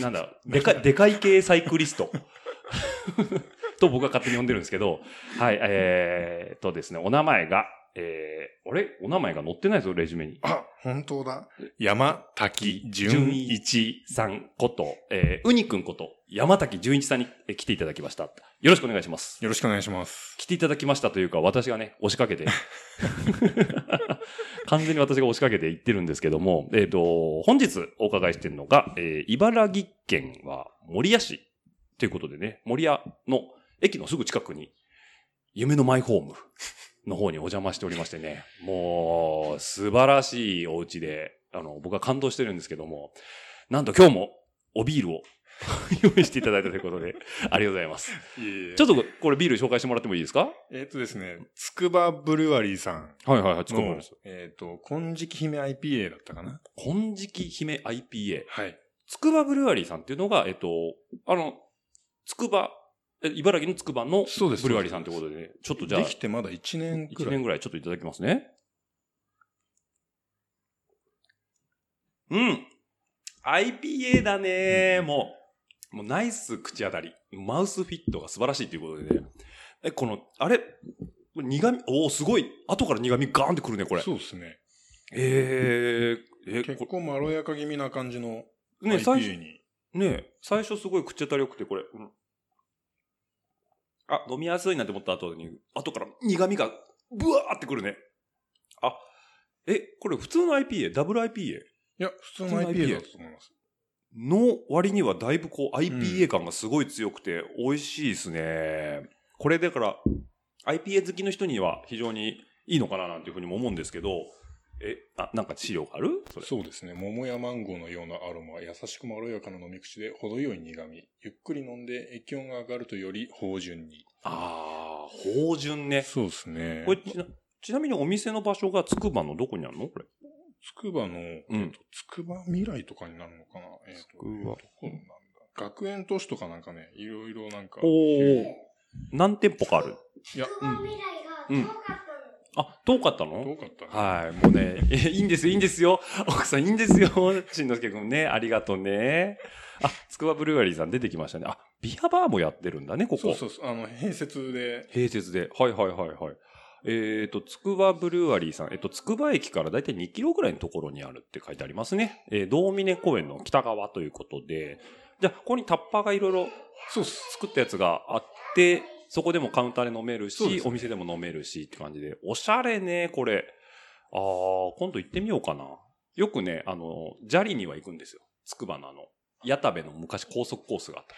なんだ、 でか、でかい系サイクリスト。 と僕は勝手に呼んでるんですけど、はい、えーとですね、お名前が、えー、あれお名前が載ってないですよ、レジュメに。あ、本当だ。山滝純純一。一さんこと、えー、ウニくんこと、山滝純一さんにえー来ていただきました。よろしくお願いします。よろしくお願いします。来ていただきましたというか、私がね、押しかけて。 完全に私が押しかけて言ってるんですけども、えっ、と、本日お伺いしてるのが、えー茨城県は守谷市ということでね、守谷の駅のすぐ近くに、夢のマイホームの方にお邪魔しておりましてね、もう、素晴らしいお家で、あの、僕は感動してるんですけども、なんと今日もおビールを 用意していただいたということで、ありがとうございます。いえいえちょっとこれビール紹介してもらってもいいですかえっ、とですね、つくばブルワリーさんはいはいはい、つくばのです。、えっ、と、金色姫 IPA だったかな金色姫 IPA。はい。つくばブルワリーさんっていうのが、えっと、あの、つくば、え茨城のつくばのそうですブルワリーさんということでね、ちょっとじゃあ、できてまだ1年く1らい。年ぐらいちょっといただきますね。うん。IPA だねもう、もうナイス口当たり。マウスフィットが素晴らしいということでね。え、この、あれ苦味、おおすごい。後から苦味ガーンってくるね、これ。そうですね。えー、え、結構まろやか気味な感じのね、最 IPA 初、に。ね、最初すごい口当たり良くて、これ。うんあ、飲みやすいなって思った後に、後から苦味が、ブワーってくるね。あ、え、これ普通の IPA、ダブル IPA いや、普通普の通の IPA IPA だと思います。の割にはだいぶこうう IPA ん感がすごい強くて美味しいですね。これだから IPA 好きの人には非常にいいのかななんていうふうにも思うんですけど、え、あ、なんか資料があるそれ。そうですね。桃やマンゴーのようなアロマ、優しくまろやかな飲み口で程よい苦味。ゆっくり飲んで液温が上がるとより芳醇に。あー、芳醇ね。そうですねこれちなちなみにお店の場所がつくばのどこにあるのこれ。つくばの、んえっと、つくば未来とかになるのかなえっ、と、くばどこなんだ学園都市とかなんかね、いろいろなんか。おお。何店舗かあるいや、うん未来がうん遠かったの。あ、遠かったの遠かったね。はい、もうね、 えいいんですよ、いいんですよ。奥さん、いいんですよ。しんのすけくんね、ありがとうね。あ、つくばブルガリーさん出てきましたね。あ、ビアバーもやってるんだね、ここ。そうそうそう、あの、併設で、併設で。はいはいはいはい。えっ、と、つくばブルワリーさん。えっ、と、つくば駅からだいたい2キロぐらいのところにあるって書いてありますね。えー、道峰公園の北側ということで。じゃあ、ここにタッパーがいろいろそうっす。作ったやつがあって、そこでもカウンターで飲めるし、そうですねお店でも飲めるしって感じで、おしゃれね、これ。ああ、今度行ってみようかな。よくね、あの、砂利には行くんですよ。つくばのあの、矢田部の昔高速コースがあった。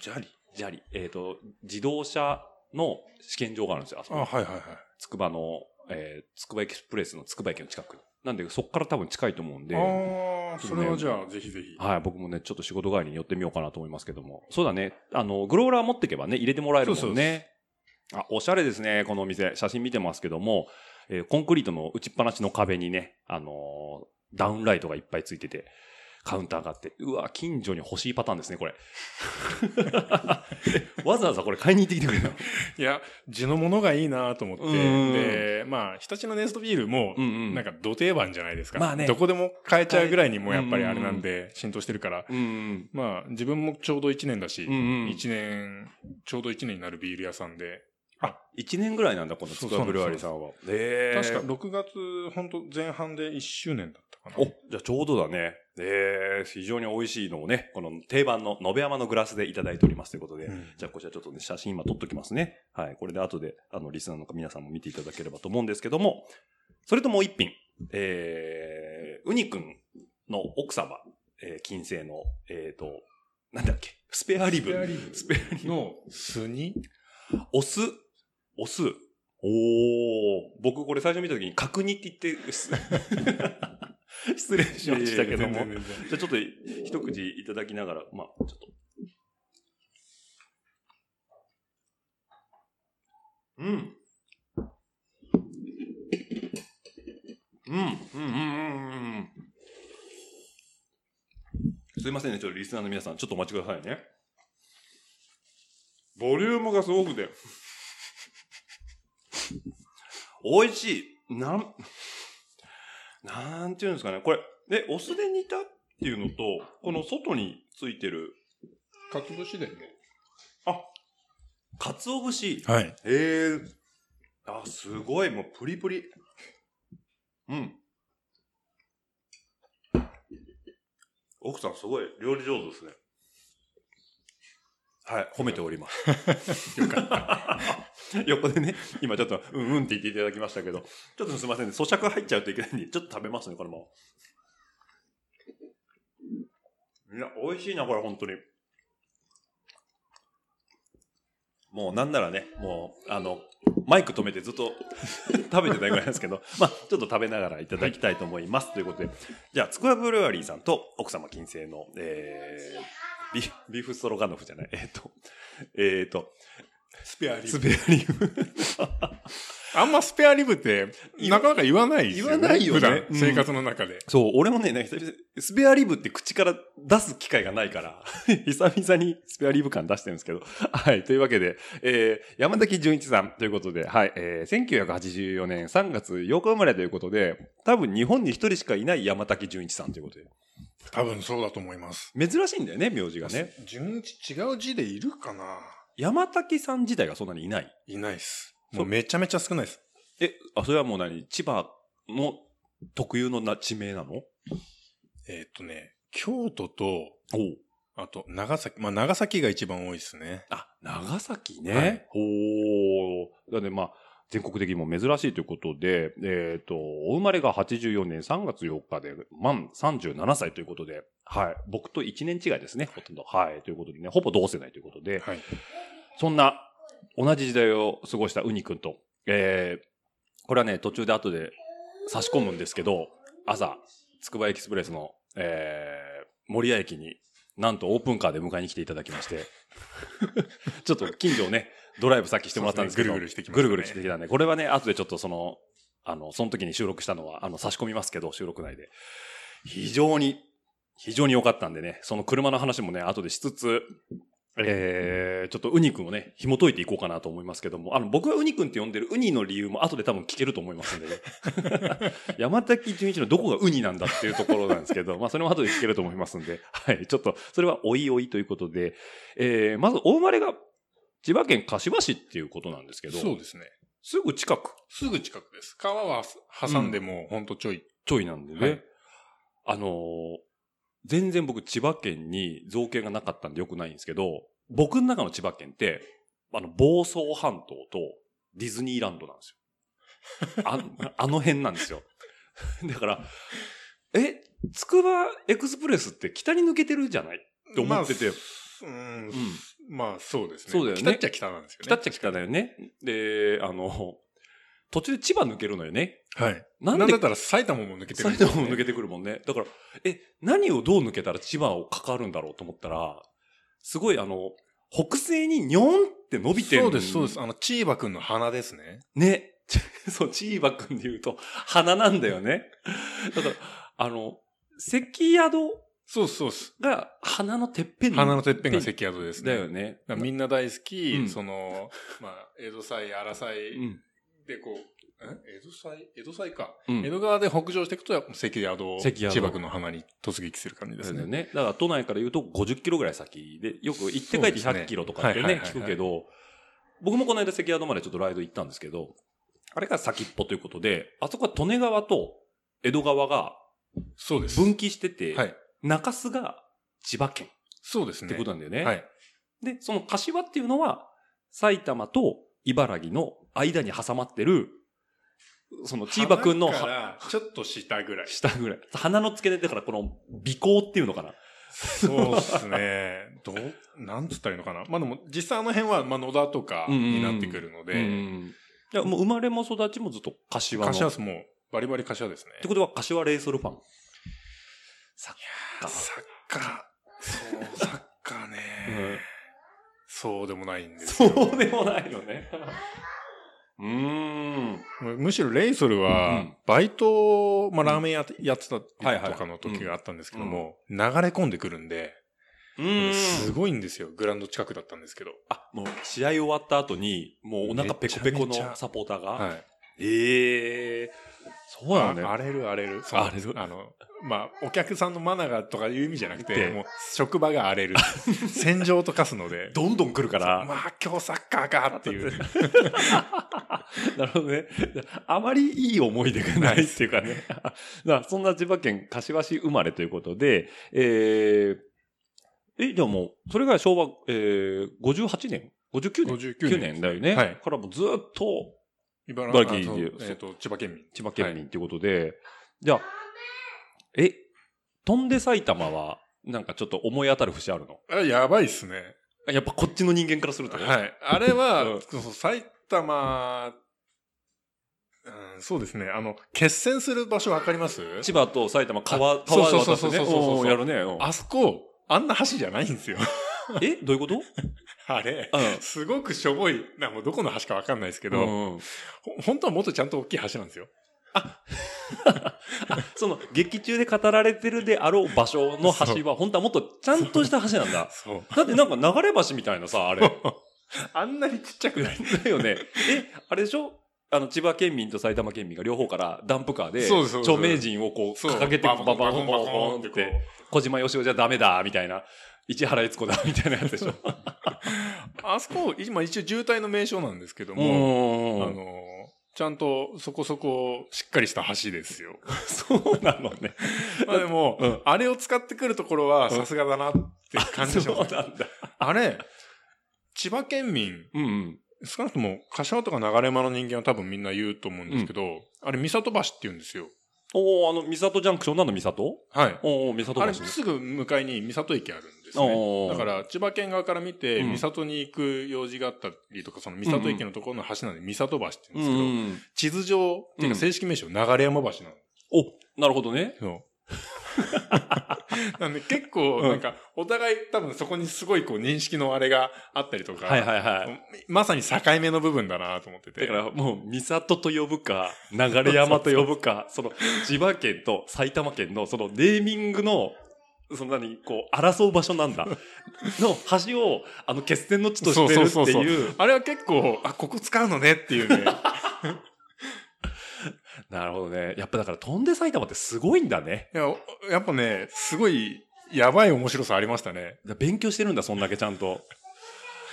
砂利砂利。えっ、と、自動車の試験場があるんですよ。あそあ、こはいはいはい。つくばの、えー、つくばエキスプレスのつくば駅の近くに。なんで、そこから多分近いと思うんで。ああ、ちょっそとねれはじゃあ、ぜひぜひ。はい、僕もね、ちょっと仕事帰りに寄ってみようかなと思いますけども。そうだね。あの、グローラー持ってけばね、入れてもらえるもそんうそうね。あ、おしゃれですね、このお店。写真見てますけども、えーコンクリートの打ちっぱなしの壁にね、あのーダウンライトがいっぱいついてて、カウンターがあって、うわ、近所に欲しいパターンですね、こ れ。わざわざこれ買いに行ってきてくれたの。いや、地のものがいいなと思っうんうんうんて、で、まあ、日立のネストビールも、うんうん。なんか、土定番じゃないですか。まあねどこでも買えちゃうぐらいにもうやっぱりあれなんで、浸透してるから。うんうん、まあ、自分もちょうど1年だし、うんうん。一年、ちょうど一年になるビール屋さんで、あ、1年ぐらいなんだ、このスクワブルワリーさんは。えー確か6月、本当前半で1周年だったかお、なじ。ゃあちょうどだね。えー、非常に美味しいのをね、この定番の野辺山のグラスでいただいておりますということで、うんじゃあこちらちょっとね、写真今撮っときますね。はい、これで後で、あの、リスナーの皆さんも見ていただければと思うんですけども、それともう一品、えー、ウニくんの奥様、えー、金星の、えーと、なんだっけ、スペアリスペアブ。リブスペアリブ。のスニお酢、お酢。おー、僕これ最初見た時に角 煮って言って、失礼しましたけども。全然全然じゃあちょっと一一口いただきながら、まあ、ちょっと。うん。うん、うん、うん、うん、うん。すいませんね、ちょっとリスナーの皆さん、ちょっとお待ちくださいね。ボリュームがすごくて。美味しい。なん、なんていうんですかね。これ、で、お酢で煮たっていうのと、この外についてる、かつ節だよね。鰹節。はい。ええあ、すごい、もうプリプリ。うん。奥さん、すごい、料理上手ですね。はい、褒めております。 よかった。横でね、今ちょっと、うんうんって言っていただきましたけど、ちょっとすいませんね、咀嚼入っちゃうといけないんで、ちょっと食べますね、これも。いや、美味しいな、これ、本当に。もうなんならね、もう、あの、マイク止めてずっと 食べてたいぐらいなんですけど、 まあ、ちょっと食べながらいただきたいと思います。ということで、じゃあ、つくばブルワリーさんと奥様金星の、えー、ビビーフストロガノフじゃない、えっ、と、えっ、と、スペアリブスペアリブ。あんまスペアリブって、なかなか言わないですよね。言わないよね普段、うん生活の中で。そう、俺もね、なんか久々にスペアリブって口から出す機会がないから、 久々にスペアリブ感出してるんですけど。はい。というわけで、えー、山崎純一さんということで、はい、えー、1984年3月8日生まれということで、多分日本に一人しかいない山崎純一さんということで。多分そうだと思います。珍しいんだよね、名字がね。順一違う字でいるかな山崎さん自体がそんなにいない。いないっす。そうもうめちゃめちゃ少ないです。え、あ、それはもう何千葉の特有のな地名なのおえーっとね、京都と、あと、長崎。まあ、長崎が一番多いですね。あ、長崎はいね。おお。だね、まあ、全国的にも珍しいということで、えっ、と、お生まれが84年3月4日で、満37歳ということで、はい。僕と1年違いですね、ほとんど。はい。ということでね、ほぼ同世代ということで、はい。そんな、同じ時代を過ごしたウニ君と、えー、これはね、途中で後で差し込むんですけど、朝、つくばエキスプレスの、えー、森谷駅に、なんとオープンカーで迎えに来ていただきまして、 ちょっと近所をね、ドライブさっきしてもらったんですけど、そうですねぐるぐるしてきましたぐねるぐるしてきたんで、これはね、後でちょっとその、あの、その時に収録したのは、あの、差し込みますけど、収録内で。非常に、非常に良かったんでね、その車の話もね、後でしつつ、えー、ちょっとウニ君をね、紐解いていこうかなと思いますけども、あの、僕がウニ君って呼んでるウニの理由も後で多分聞けると思いますん でね。山崎純一のどこがウニなんだっていうところなんですけど、まあそれも後で聞けると思いますんで、はい、ちょっとそれはおいおいということで、えー、まずお生まれが千葉県柏市っていうことなんですけど、そうですね。すぐ近くすぐ近くです。川は挟んでもうほんとちょい。ちょいなんでね、はいあのー全然僕千葉県に造形がなかったんでよくないんですけど、僕の中の千葉県って、あの、房総半島とディズニーランドなんです よ。ああの辺なんですよ。 だから、え、つくばエクスプレスって北に抜けてるじゃないって思ってて、まあすうんうん。まあそうですね。そうだよね北っちゃ北なんですよね。北っちゃ北だよね。で、あの、途中で千葉抜けるのよね。はい。ななんんでだったら埼玉も抜けてるん埼ですよ玉ね、も抜けてくるもんね。だから、え、何をどう抜けたら千葉をかかるんだろうと思ったら、すごいあの、北西ににょんって伸びてるそうです、そうです。。あの、チーバくんの鼻ですね。ね。 そう、チーバくんで言うと、花なんだよね。だから、あの、関宿そうそうです。が花のてっぺん鼻のてっぺんが関宿ですね。だよね。だからみんな大好き、うんその、まあ、江戸祭、荒う祭ん。でこう、ん江戸祭、江戸祭か。うん江戸川で北上していくと、関宿を、関宿千葉くんの鼻に突撃する感じですそうだね。よね。だから都内から言うと50キロぐらい先で、よく行って帰ってそうですね100キロとかってはいはいね、はいはい聞くけど、僕もこの間関宿までちょっとライド行ったんですけど、あれが先っぽということで、あそこは利根川と江戸川がそうです。分岐してて、はい。中洲が千葉県そうですっね。てことなんだよね。はい。で、その柏っていうのは、埼玉と茨城の間に挟まってる、その千葉くんの鼻かはらちょっと下ぐらい。下ぐらい。鼻の付け根だからこの鼻孔っていうのかな。そうですね。 どう、なんつったらいいのかな。まあでも、実際あの辺は、まあ野田とかになってくるのうで、んいや、もう生まれも育ちもずっと柏の。柏はもう、バリバリ柏ですねって。ことは柏レイソルファン。サッサッカー。そう、サッカーね、そうでもないんですよ。そうでもないのね。うーん。むむしろレイソルうはん、バイト、まあ、ラーメンやってやってたはいはいとかの時があったんですけども、流れ込んでくるんで、うすーん。ごいんですよ。グラウンド近くだったんですけど。あ、もう試合終わった後に、もうお腹ペコペコめちゃめちのゃサポーターが。はい。ええそうなのあね。荒れる荒れる。その荒れるあの、まあ、お客さんのマナーがとかいう意味じゃなくでて、もう職場が荒れる。 戦場と化すの で。どんどん来るから。まあ、今日サッカーかっていう。 なるほどね。あまりいい思い出がないっていうかね。だからそん な千葉県柏市生まれということで、えー、え、じゃあもう、それが昭和、えー、58年 ?59 年59 ?9 年年。だよね。はいからもうずっと茨茨城あでそうえっと、千葉県民。千葉県民っていうことで、じゃあ、え、飛んで埼玉は、なんかちょっと思い当たる節あるのあれ、やばいっすね。やっぱこっちの人間からすると。はい。あれうはん、そうそう埼玉、うん、そうですね。あの、決戦する場所わかります千葉と埼玉川、あ川渡そっうそうてね。そうそうそうそううんやるね。うんあそこ、あんな橋じゃないんですよ。え、どういうこと あれ。うん すごくしょぼい、なもうどこの橋かわかんないですけど、うんほ本当はもっとちゃんと大きい橋なんですよ。その劇中で語られてるであろう場所のそ橋は、本当はもっとちゃんとした橋なんだ。そう。だってなんか流れ橋みたいなさ、あれ。あんなにちっちゃくない。だよね。え、あれでしょあの、千葉県民と埼玉県民が両方からダンプカーで、そうですそうです著名人をこう、そう掲げて、ババンコバンンババンコバンンババンコンっっててここう、小島よしおじゃダメだ、みたいな。市原悦子だ、みたいなやつでしょ。あそこ、今一応渋滞の名称なんですけども、あもう、の、ちゃんとそこそこしっかりした橋です よ。そうなのね。まあでも、うんあれを使ってくるところはさすがだなって感じしそう ます。なんだ。あれ、千葉県民、うんうん。少なくとも柏とか流山の人間は多分みんな言うと思うんですけど、あれ、三里橋って言うんですよ。おーあの、三里ジャンクションなの三里はい。おー三里あれ、橋。すぐ向かいに三里駅あるんですね。おーだから、千葉県側から見て、うん三里に行く用事があったりとか、その三里駅のところの橋なんで、三里橋って言ううんですん。けど、地図上、っていうか正式名称、流山橋なの。お、なるほどね。 そう。なんで結構、なんか、お互い多分そこにすごいこう認識のあれがあったりとか、はいはいはい。まさに境目の部分だなと思ってて。 だからもう、三里と呼ぶか、流山と呼ぶか、 その、千葉県と埼玉県の、その、ネーミングの、そんなに、こう、争う場所なん だ。の橋を、あの、決戦の地としてるそうっそうてそういう。あれは結構、あ、ここ使うのねっていうね。 なるほどね。やっぱだから、飛んで埼玉ってすごいんだね。いや、やっぱね、すごい、やばい面白さありましたね。だ勉強してるんだ、そんだけちゃんと。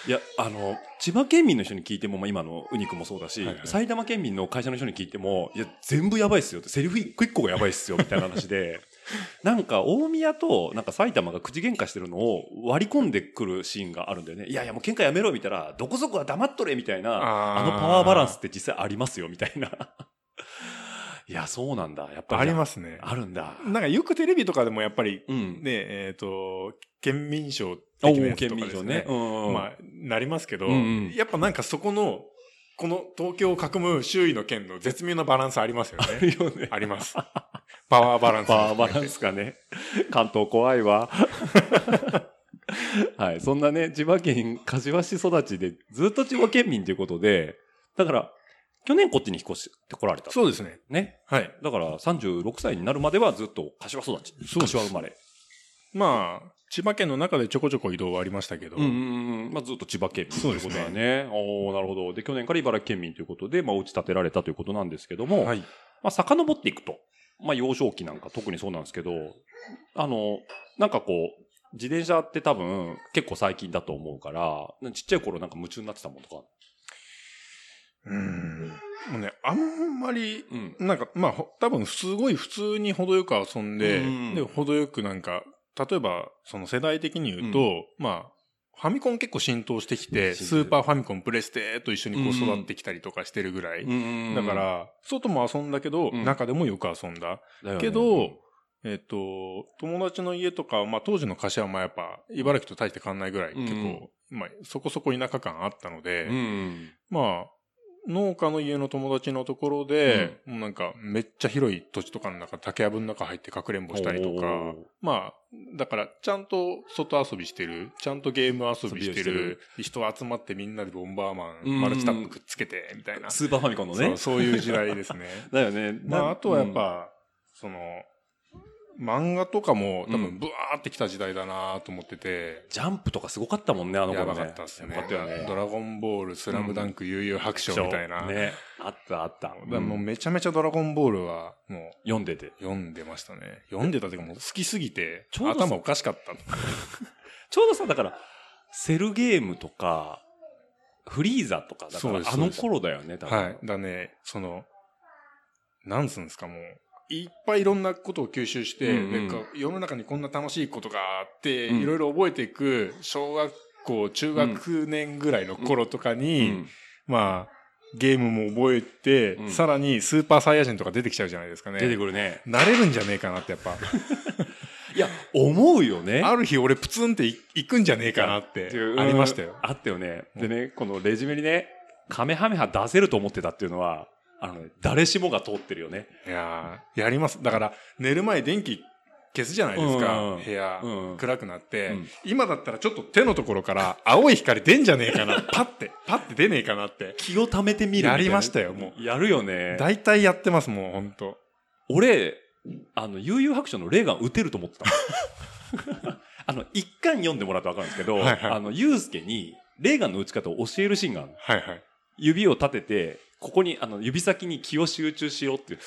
いや、あの、千葉県民の人に聞いても、まあ、今のウニ君もそうだし、はいはい埼玉県民の会社の人に聞いても、いや、全部やばいっすよって、セリフ一個一個がやばいっすよ、みたいな話で、 なんか、大宮と、なんか埼玉が口喧嘩してるのを割り込んでくるシーンがあるんだよね。いやいや、もう喧嘩やめろ、みたいな、どこそこは黙っとれ、みたいな、ああーのパワーバランスって実際ありますよ、みたいな。いや、そうなんだ。やっぱり。。ありますすね。あるんだ。なんかよくテレビとかでもやっぱり、うん。ね、えっ、と、県民賞お的なーやつ県とか民です賞ねね。。うん。まあ、なりますけど、うんうんやっぱなんかそこの、この東京を囲む周囲の県の絶妙なバランスありますよあね。るよね。あります。パワーバランス。パワーバランスかね。関東怖いわ。 はい。そんなね、千葉県柏市育ちで、ずっと千葉県民ということで、だから、去年こっちに引っ越してこられた。そうですね。ね。はい。だから、36歳になるまではずっと柏育ち。柏生まれ。まあ、千葉県の中でちょこちょこ移動はありましたけど、うんうんうん。まあ、ずっと千葉県民ということだそうね。おおなるほど。で、去年から茨城県民ということで、まあ、お家建てられたということなんですけども、はい。まあ、遡っていくと、まあ、幼少期なんか特にそうなんですけど、あの、なんかこう、自転車って多分結構最近だと思うから、ちっちゃい頃なんか夢中になってたもんとか。うん。もうね、あんまり、うん。なんか、まあ、ほ多分、すごい普通に程よく遊んで、うんで、程よくなんか、例えば、その世代的に言うと、まあ、ファミコン結構浸透してきて、浸透スーパーファミコン、プレステと一緒にこううん育ってきたりとかしてるぐらい。うんだか、ら、外も遊んだけど、うん中でもよく遊んだ。だよねけど、、えっ、と、友達の家とか、まあ当時の柏はやっぱ、茨城と大して変わんないぐらい、結構、まあそこそこ田舎感あったので、うん。まあ、農家の家の友達のところで、もうなんかめっちゃ広い土地とかの中、竹やぶの中入ってかくれんぼしたりとか、まあ、だからちゃんと外遊びしてる、ちゃんとゲーム遊びしてる、人集まってみんなでボンバーマうんン、マルチタップくっつけて、みたいな。スーパーファミコンのそねう。そういう時代で すね。だよね。まなあ、あとはやっ、ぱ、その、漫画とかも多うん分ブワーってきた時代だなと思っててうん、ジャンプとかすごかったもんね、あの頃やね。ばかったっすよねやばかったよね。ドラゴンボール、スラムダンク、悠々白書みたいな。ね。あったあった。だからもうめちゃめちゃドラゴンボールは、も読んでて。う、読んでましたね。読んでたというかもう好きすぎて、ちょうど頭おかしかった。ちょうどさ、だから、セルゲームとか、フリーザとか、だかそうらですあの頃だよね、多分。はい。だね、その、なんすんですか、もう。いっぱいいろんなことを吸収して、うんうんなんか世の中にこんな楽しいことがあって、うんいろいろ覚えていく、小学校、中学年ぐらいの頃とかうに、ん。まあ、ゲームも覚えて、うんさらにスーパーサイヤ人とか出てきちゃうじゃないですかね。出てくるね。なれるんじゃねえかなってやっぱ。いや、思うよね。ある日俺プツンってい行くんじゃねえかなって、ありましたようん。あったよね。でね、このレジュメにね、カメハメハ出せると思ってたっていうのは、あのね、誰しもが通ってるよね。いやーやります。だから、寝る前電気消すじゃないですか、うんうん部屋、うん暗くなって、うん今だったらちょっと手のところから青い光出んじゃねえか な。パッて、パッて出ねえかなって。気を溜めてみるみたいな。やりましたよもう。やるよね。大体やってます、もうほんと。俺、あの、悠々白書のレーガン撃てると思ってた の。あの、一巻読んでもらうと分かるんですけど、はいはいあの、ユースケに、レーガンの撃ち方を教えるシーンがあるのはいはい。指を立てて、ここに、あの、指先に気を集中しろっていう、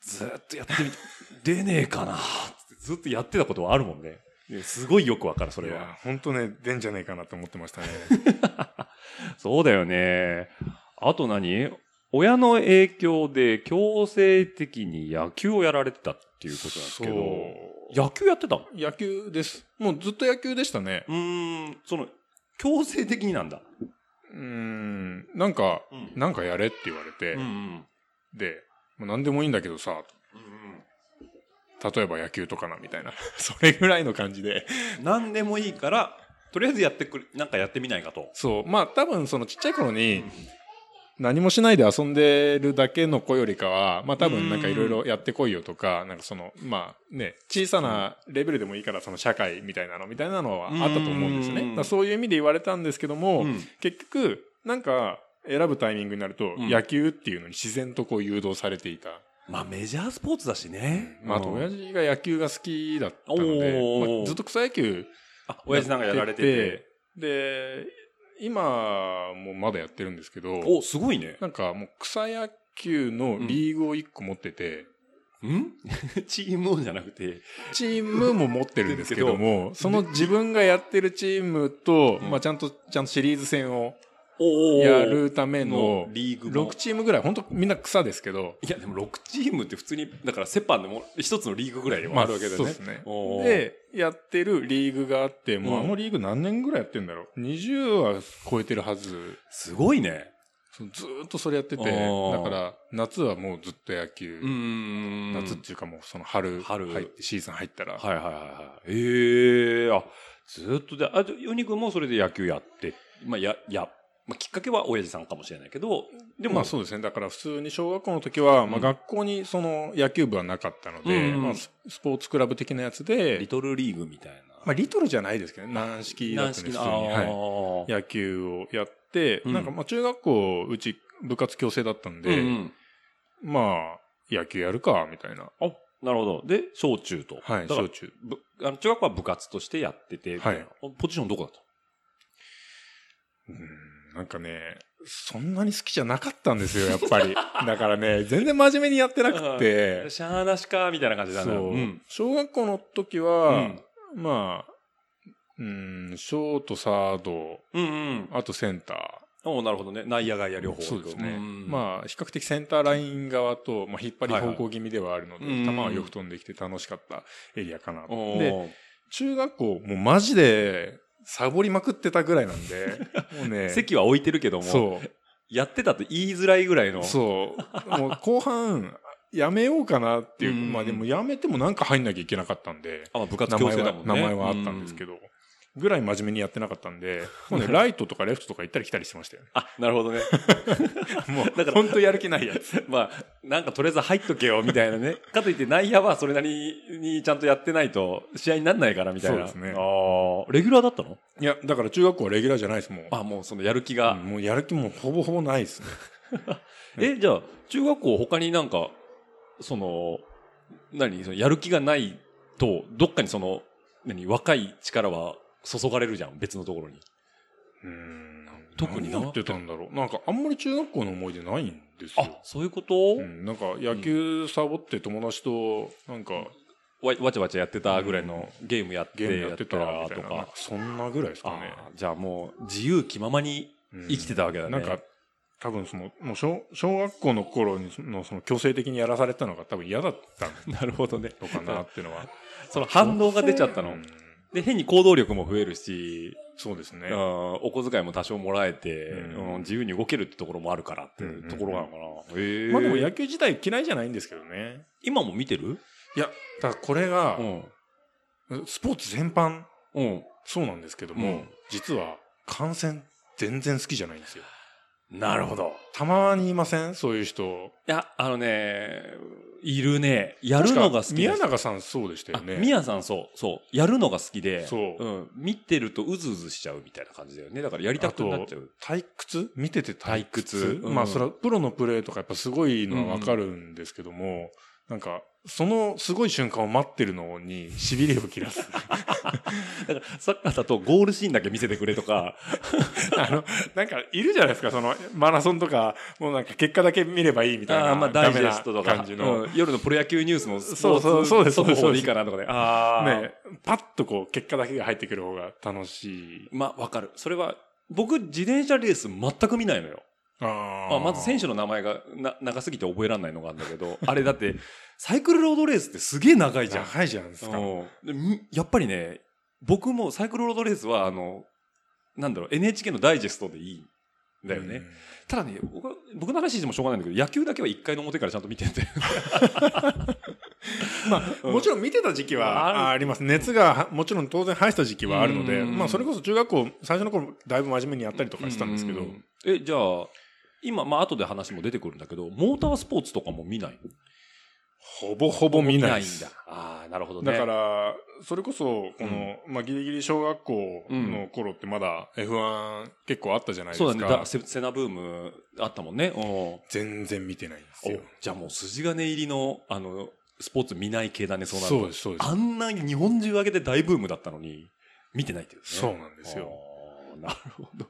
ずーっとやってみて、出ねえかなってずっとやってたことはあるもんね。ですごいよくわかる、そいれは。や、ほんとね、出んじゃねえかなって思ってましたね。そうだよね。あと何親の影響で強制的に野球をやられてたっていうことなんですけど、そう野球やってたの野球です。もうずっと野球でしたね。うーん、その、強制的になんだ。うーん、なんか、うんなんかやれって言われて、うんうん。で、もう何でもいいんだけどさ、例えば野球とかな、みたいな。 それぐらいの感じで。何でもいいから、とりあえずやってくれ、なんかやってみないかと。そう。まあ多分そのちっちゃい頃に何もしないで遊んでるだけの子よりかは、まあ多分なんかいろいろやってこいよとか、なんかその、まあね、小さなレベルでもいいからその社会みたいなのみたいなのはあったと思うんですよね。うだんからそういう意味で言われたんですけども、うん結局なんか選ぶタイミングになるとうん野球っていうのに自然とこう誘導されていた。まあメジャースポーツだしね。まああと親父。父が野球が好きだったのおーで、まあずっと草野球あ、親父なんかやられてて。で、今もまだやってるんですけど、お、すごいね。なんかもう草野球のリーグを1個持ってて、ん チームをじゃなくて。チームも持ってるんですけどけも、どその自分がやってるチームと、うんまあちゃんと、ちゃんとシリーズ戦をおやるためのリーグも6。チームぐらい、本当みんな草ですけど、いや、でも6チームって普通に、だからセパンでも一つのリーグぐらいはあるわけだよそうでねす。ね。おー、で、やってるリーグがあって、もううんあのリーグ何年ぐらいやってんだろう ?20 は超えてるはず。すごいね。そうずーっとそれやってて、あーだから夏はもうずっと野球。ん夏っていうかもうその春春入ってシーズン入ったら、はいはいはいはい。ええあ、ずっとで、あ、じゃあユニ君もそれで野球やって、まあ、や、や、まあ、きっかけは親父さんかもしれないけど、でも、まあそうですねだから普通に小学校の時は、まうあ、ん学校にその野球部はなかったので、うんまあ、ススポーツクラブ的なやつでリ、トルリーグみたいな。まあ、リトルじゃないですけどね軟式だ軟ったんで式すの、普通に、あはーい、野球をやって、うんなんかまあ中学校うち部活強制だったんで、うんうんまあ野球やるかみたいな、あ、なるほど。で、小中と。はい、だから小中ぶあの中学校は部活としてやってて、みたなはいポジションどこだったうんなんかね、そんなに好きじゃなかったんですよ、やっぱり。だから ね、全然真面目にやってなくての。しゃーなしか、みたいな感じだそな。う、ん小学校の時うはん、まあ、うん、ショート、サード、うんうん。あとセンタおなるほどね。内野外野両ー。方。そうですね。あ、まあ、比較的センターライン側と、まあ、引っ張りはいはい方向気味ではあるので、うんうん球はよく飛んできて楽しかったエリアかなと。おーで、中学校、もうマジで、サボりまくってたぐらいなんで、もう ね、席は置いてるけども、そう。やってたと言いづらいぐらいの。そう。もう後半、やめようかなっていう。うんまあでもやめてもなんか入んなきゃいけなかったんで、あまあ部活名強前制だは、もんね。名前はあったんですけど。ど。ぐらい真面目にやってなかった んで、もうね、ライトとかレフトとか行ったり来たりしてましたよね。あ、なるほどね。 もう、だからほんとやる気ない やつ。まあ、なんかとりあえず入っとけよ、みたいなね。 かといって内野はそれなりにちゃんとやってないと試合にならないから、みたいな。そうですねああ、レギュラーだったのいや、だから中学校はレギュラーじゃないですもん。あ、もうそのやる気うが。んもうやる気もほぼほぼないですね。え、じゃあ、中学校他になんか、その、何そのやる気がないと、どっかにその、何若い力は注がれるじゃん、別のところに。うん。特にな何やってたんだろう。なんかあんまり中学校の思い出ないんですあよ、。そういうこと、うん、なんか野球サボって友達と、なんかわわちゃわちゃやってたぐらいのゲームやってゲームやってたやらっみたたといな。なんかか。そんなぐらいですかあね。あ、じゃあもう自由気ままにうん生きてたわけだね。なんか、多分その、もう小小学校の頃にそのその強制的にやらされたのが多分嫌だったなるほどね。のかなっていうのは。その 反応が出ちゃったのうん。で、変に行動力も増えるし、そうですねうん。お小遣いも多少もらえて、うんうん自由に動けるってところもあるからっていうところなのかな。へえまあでも野球自体嫌いじゃないんですけどね。今も見てるいや、ただこれがう、ん。スポーツ全般、うん。そうなんですけども、うん実は観戦全然好きじゃないんですよ。なるほど。たまにいませんそういう人。いや、あのね、いるね。やるのが好き宮だ永さんそうでしたよね。あ宮さんそう、そう。やるのが好きで、。そうん見てるとうずうずしちゃうみたいな感じだよね。だからやりたくなっちゃう。退屈見てて退屈退屈うんまあそれはプロのプレーとかやっぱすごいのはわかるんですけども、なんかそのすごい瞬間を待ってるのに痺れを切 らすだからサッカーだとゴールシーンだけ見せてくれと か、あのなんかいるじゃないですかそのマラソンとかもうなんか結果だけ見ればいいみたいなあーまあダダイジメェなストとか、感じの、うん夜のプロ野球ニュースのスそうそうそうです速そ報うですでいいかなとかね。ああ。ねパッとこう結果だけが入ってくる方が楽しいまあわかる。それは、僕、自転車レース全く見ないのよ。あまあ、まず選手の名前がな長すぎて覚えられないのがあるんだけど、 あれだって、サイクルロードレースってすげえ長いじゃん。長いじゃないですか、うんでみやっぱりね、僕もサイクルロードレースは、あの、なんだろう、NHK のダイジェストでいいんだよね。うんただね、僕は僕の話してもしょうがないんだけど、野球だけは1回の表からちゃんと見てんだよ。まあ、もちろん見てた時期はあるああります。熱がはもちろん当然入った時期はあるので、うんまあ、それこそ中学校、最初の頃、だいぶ真面目にやったりとかしたんですけど、うえ、じゃあ、今、まあ、後で話も出てくるんだけど、モータースポーツとかも見ないほぼほぼ見見なないいでんすだ。。ああ、なるほどね。だか、ら、それこそ、この、まあ、ギリギリ小学校の頃ってまだ F1 結構あったじゃないですそうだねか。だセ、セナブームあったもんね。お全然見てないんですよ。じゃあもう筋金入りの、あの、スポーツ見ない系だね、そうなるそうと。です、そうですあ。んなに日本中上げて大ブームだったのに、見てないっていうね。そうなんですよあー。なるほど。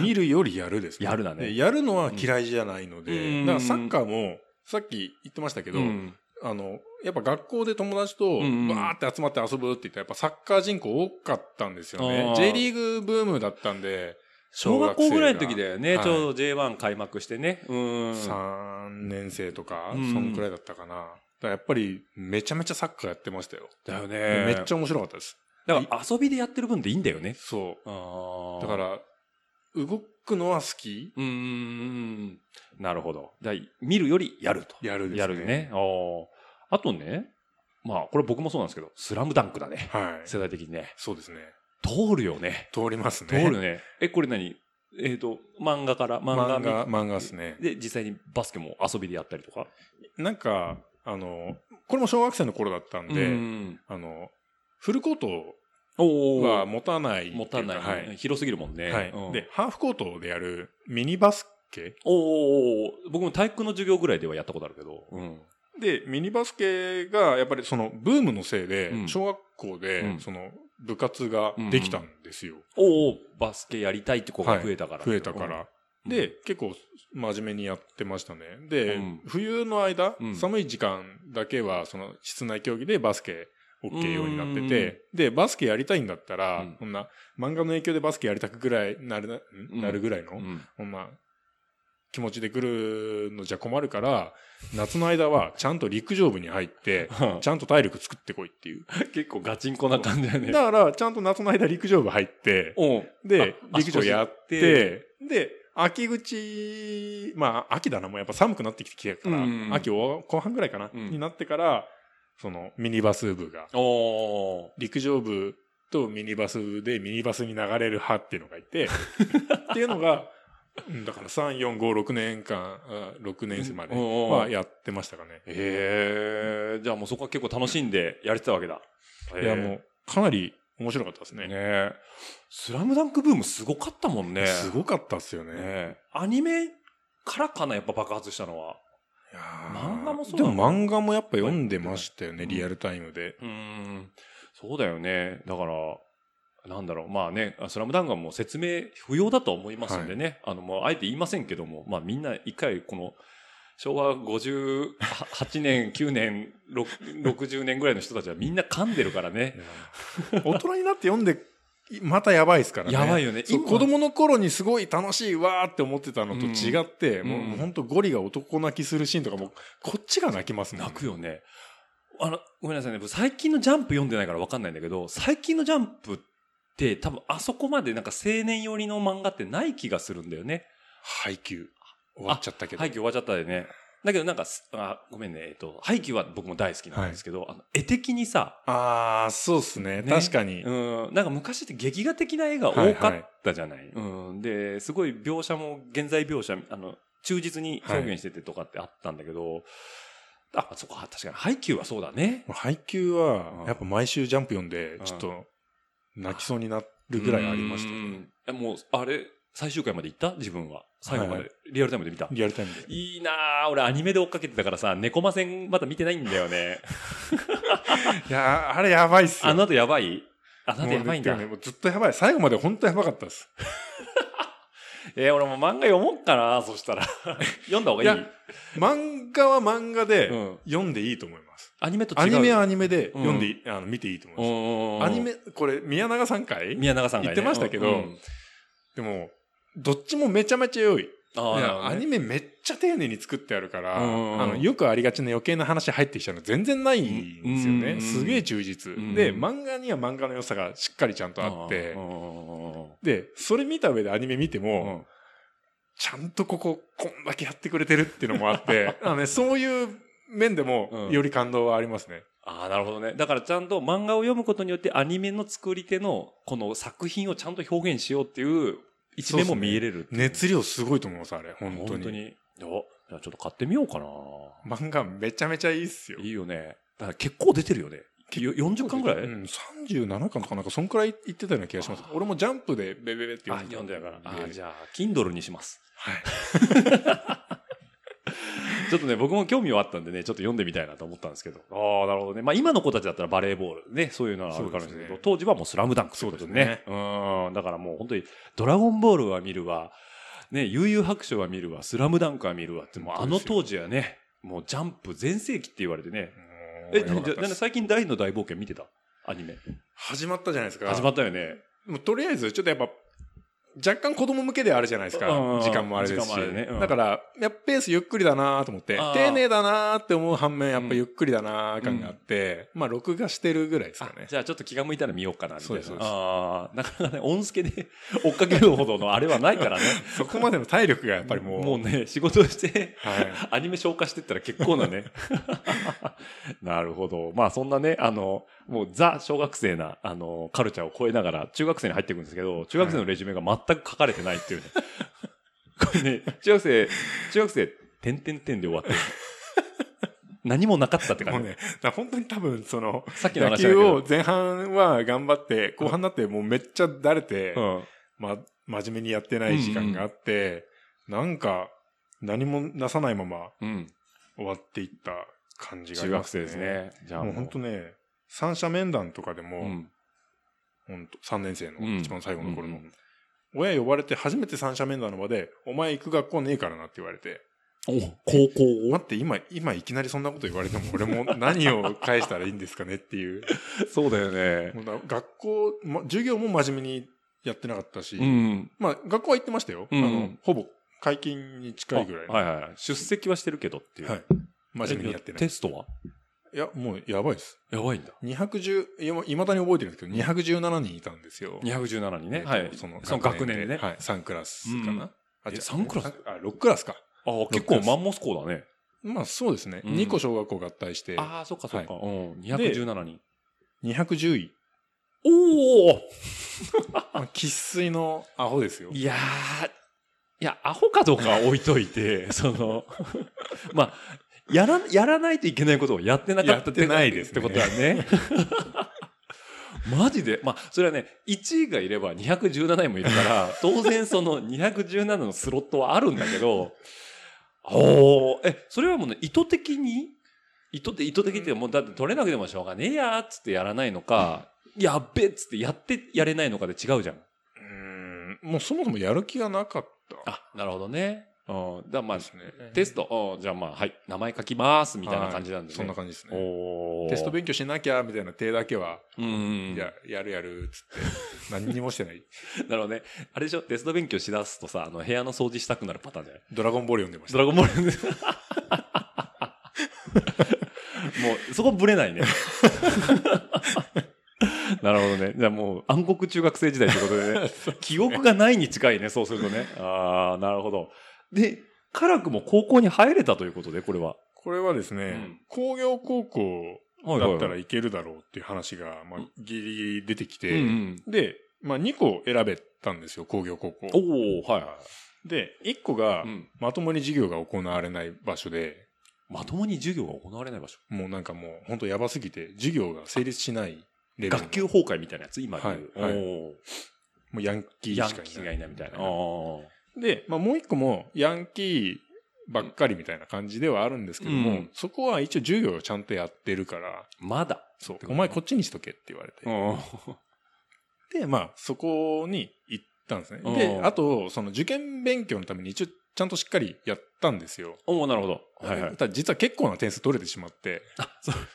見るよりやるですね。やるだねでやるのは嫌いじゃないので、うんだからサッカーも、さっき言ってましたけど、うんあの、やっぱ学校で友達と、んうんわーって集まって遊ぶって言ったら、やっぱサッカー人口多かったんですよあねー。 J リーグブームだったんで、小学校ぐらいの時だよね、はいちょうど J1 開幕してね。うん。 3年生とか、うんそんくらいだったかな。だからやっぱり、めちゃめちゃサッカーやってましたよ。だよね。めっちゃ面白かったです。だから遊びでやってる分でいいんだよね。そあう。だだか、からら、動くのは好きうーん。なるほど。だから見るよりやると。やるですね。やるね。あーあとね、まあ、これ僕もそうなんですけど、スラムダンクだね。はい。世代的にね。そうですね。通るよね。通りますね。通るよね。え、これ何えっ、と、漫画から、漫画漫見画、漫画ですね。で、実際にバスケも遊びでやったりとか。なんか、あの、これも小学生の頃だったんで、うんあの、フルコートをおお。は持たないっていう持たない、かはい。広すぎるもんね。はいうんで、、ハーフコートでやるミニバスケおーおーおー僕も体育の授業ぐらいではやったことあるけど。うん。で、ミニバスケがやっぱりそのブームのせいでう、ん小学校うんでその部活ができたんですよ。おお、バスケやりたいって子が増えたから、増えたか。ら。でで、、結構真面目にやってましたね。でうん、冬の間う、ん寒い時間だけはその室内競技でバスケ OK ようになってうんて、で、バスケやりたいんだったうらん、こんな漫画の影響でバスケやりたくぐらいなるな、うんんなるぐらいの うんこんな気持ちで来るのじゃ困るから、夏の間はちゃんと陸上部に入って、 ちゃんと体力作ってこいっていう。結構ガチンコな感じだね。だから、ちゃんと夏の間陸上部入って、おうで、あ陸上足腰ややっ、ってで、秋口、まあ、秋だな、もうやっぱ寒くなってきてきてるから、うん秋を後半ぐらいかな、うんになってから、そのミニバス部が、おお。陸上部とミニバスでミニバスに流れる派っていうのがい て、っていうのが、うんだから3、4、5、6年間、あ6年生までうんうんうんはやってましたかね。ええじゃあもうそこは結構楽しんでやれてたわけだ。いへや、えもう、かなり面白かったですね。ねえスラムダンクブームすごかったもんね。すごかったですよね。ねえアニメからかな、やっぱ爆発したのは。いやー漫画もそうなのでも漫画もやっぱ読んでましたよね、うんリアルタイム で。うーん。そうだよね。だから、なんだろう。まあね、スラムダンクはもう説明不要だと思いますんでね。あの、もうあえて言いませんけども、まあみんな一回この、昭和58年、9年、6 60年ぐらいの人たちはみんな噛んでるからね。大人になって読んで、またやばいですからね。やばいよね。そう今子供の頃にすごい楽しいわーって思ってたのと違って、うんもううんもうほんとゴリが男泣きするシーンとかも、こっちが泣きますもん、泣くよね。あの、ごめんなさいね。僕最近のジャンプ読んでないからわかんないんだけど、最近のジャンプって多分あそこまでなんか青年寄りの漫画ってない気がするんだよね。配給。終わっちゃったけど。廃棄終わっちゃったでね。だけどなんかす、あごめんね。えっと、廃棄は僕も大好きなんですけど、あの絵的にさ、あー、そうっすね。ね確かに。うん、なんか昔って劇画的な絵が多かったじゃない。うん、で、すごい描写も現在描写、あの、忠実に表現しててとかってあったんだけど、あ、そこは確かに、ハイキューはそうだね。配給うはん、やっぱ毎週ジャンプ読んでうん、ちょっと泣きそうになるぐらいありましたうね、んえもう、あれ、最終回まで行った自分は。最後まはいで、リアルタイムで見た。リアルタイムで。いいなぁ。俺アニメで追っかけてたからさ、猫魔戦まだ見てないんだよ ね。いやーあれやばいっすよ。あの後やばいあの後もうやばいんだ。ねもうずっとやばい。最後まで本当やばかったです。えー、俺も漫画読もうかなそしたら。読んだ方がいいいや漫画は漫画うでん。読んでいいと思います。アニメと違う。アニメはアニメで読んでいい、あの見ていいと思いうんまうんうん、す。アニメ、これ宮永さん回宮永さんが、ね、言ってましたけどうんでも、どっちもめちゃめちゃ良い。あいあ、なやるほどねアニメめっちゃ丁寧に作ってあるから、うんあのよくありがちな余計な話入ってきちゃうの全然ないんですよね。うんすげえ充実、うんで、漫画には漫画の良さがしっかりちゃんとあって、うんうんうんうんで、それ見た上でアニメ見ても、うんちゃんとここ、こんだけやってくれてるっていうのもあ って、あのね、そういう面でもう、んより感動はありますね。ああ、なるほどね。だからちゃんと漫画を読むことによってアニメの作り手のこの作品をちゃんと表現しようっていう一面も見えれる。熱量すごいと思います、あれ、本本当当に。に。おじゃあちょっと買ってみようかな。漫画めちゃめちゃいいっすよ。いいよね。だから結構出てるよね。よ40巻ぐらい、うん、37巻かなんか、そんくらい言ってたような気がしますあ。俺もジャンプでベベベってあ、読んでた読んだから。あでじゃあ、Kindle にします。はい。 ちょっとね、僕も興味はあったんでね、ちょっと読んでみたいなと思ったんですけど。ああ、なるほどね。まあ今の子たちだったらバレーボールね、そういうのはあるかもしれないけそど、うですね当時はもうスラムダンクということでね。うそうですん。だからもう本当に、ドラゴンボールは見るわ、ね、悠々白書は見るわ、スラムダンクは見るわって、もうあ本の当ですよ当時はね、もうジャンプ全盛期って言われてね。もうえ、やばかじっゃたなっんです最近大の大冒険見てたアニメ。始まったじゃないですか。始まったよね。もうとりあえず、ちょっとやっぱ、若干子供向けではあるじゃないですかうんうん。時間もあれです時し。間もあれねうんだから、やっぱペースゆっくりだなと思ってあー、丁寧だなって思う反面、やっうんぱゆっくりだな感があって、まあ、録画してるぐらいですかね あ。じゃあちょっと気が向いたら見ようかな、みたいそうなですそう。ですああ、なかなかね、音付けで追っかけるほどのあれはない からね。そこまでの体力がやっぱりもう、もうね、仕事をして、はい。アニメ消化してったら結構な ね。なるほど。まあそんなね、あの、もうザ小学生な、あの、カルチャーを超えながら中学生に入っていくんですけど、中学生のレジュメが全く書かれてないっていうね。これね、中学生、中学生、点点点で終わってる。何もなかったってもう感じ。ね、だから本当に多分、その、さっきの話野だけ球どを。前半は頑張って、後半になってもうめっちゃだれて、うん。ま、真面目にやってない時間があって、なんか、何もなさないままうん。終わっていった感じがあ中りま学生すね。です。ね。じゃあもう本当ね、三者面談とかでも、うん。本当3年生うんの一番最後の頃の、うん親呼ばれて初めて三者面談の場で、お前行く学校ねえからなって言われて、お、高校を待って、今、今いきなりそんなこと言われても、俺も何を返したらいいんですかねっていう。そうだよね。 もうな学校、ま、授業も真面目にやってなかったし、うん。まあ学校は行ってましたよ。うんあのほぼ解禁に近いぐらいの。あはいはいはい。出席はしてるけどっていう。はい真面目にやってないテ。ストはいや、もうやばいです。やばいんだ。 210、いやいまだに覚えてるんですけど、217人いたんですよ。 217にえね。ーとはい。そのその学年でね。はい。3クラスかうんな。あえじゃあ三クラスあ、6クラスか。ああ、結構マンモス校だね。まあそうですね。うん2個小学校合体して、ああ、そっかそっか。うん。で217人。 210位おお喫水のアホですよ。いやー、いや、アホかどうかは置いといて、 その、まあ、やら、やらないといけないことをやってなかったやってないですってねことはね。 マジで、まあ、それはね、1位がいれば217位もいる から、当然その217のスロットはあるんだけど、 おー、え、それはもうね、意図的に意図的、意図的ってもうだって取れなくてもしょうがねえやーっつってやらないのか、やっべっつってやってやれないのかで違うじゃん。うーん、もうそもそもやる気がなかった。あ、なるほどね。うん。だまあ、すねテスト、うんじゃあまあ、はい、名前書きます、みたいな感じなんで、はね。いそんな感じですね。おーテスト勉強しなきゃ、みたいな手だけは、うんうん。いや、やるやる、 つって。何にもしてない。なるほどね。あれでしょ、テスト勉強しだすとさ、あの、部屋の掃除したくなるパターンじゃないドラゴンボール読んでましドた。ラゴンボールもう、そこぶれない ね。なるほどね。じゃあもう暗黒中学生時代ということで ね。記憶がないに近いね、そうするとね。ああ、なるほど。で、辛くも高校に入れたということで、これは。これはですね、うん工業高校はだったらいけるだろうっていう話が、まあ、ギリギリ出てきて、うんで、まあ、2個選べたんですよ、工業高うん、校。おおはいはで、1個がい、、うん。まともに授業が行われない場所で、まともに授業が行われない場所。もうなんかもう、本当やばすぎて、授業が成立しないレベルの。学級崩壊みたいなやつ、今言う。はいはいおーもうヤンキーしヤンかキーいながい。いないみたいな。うんああで、まあ、もう1個も、ヤンキーばっかりみたいな感じではあるんですけども、うんそこは一応授業をちゃんとやってるから、まだ。そうてこ、とお前こっちにしとけって言われて。で、まあ、そこに行ったんですね。でう、んあと、その受験勉強のために一応ちゃんとしっかりやったんですよ。おおなるほど。はいはい。ただ実は結構な点数取れてしまって、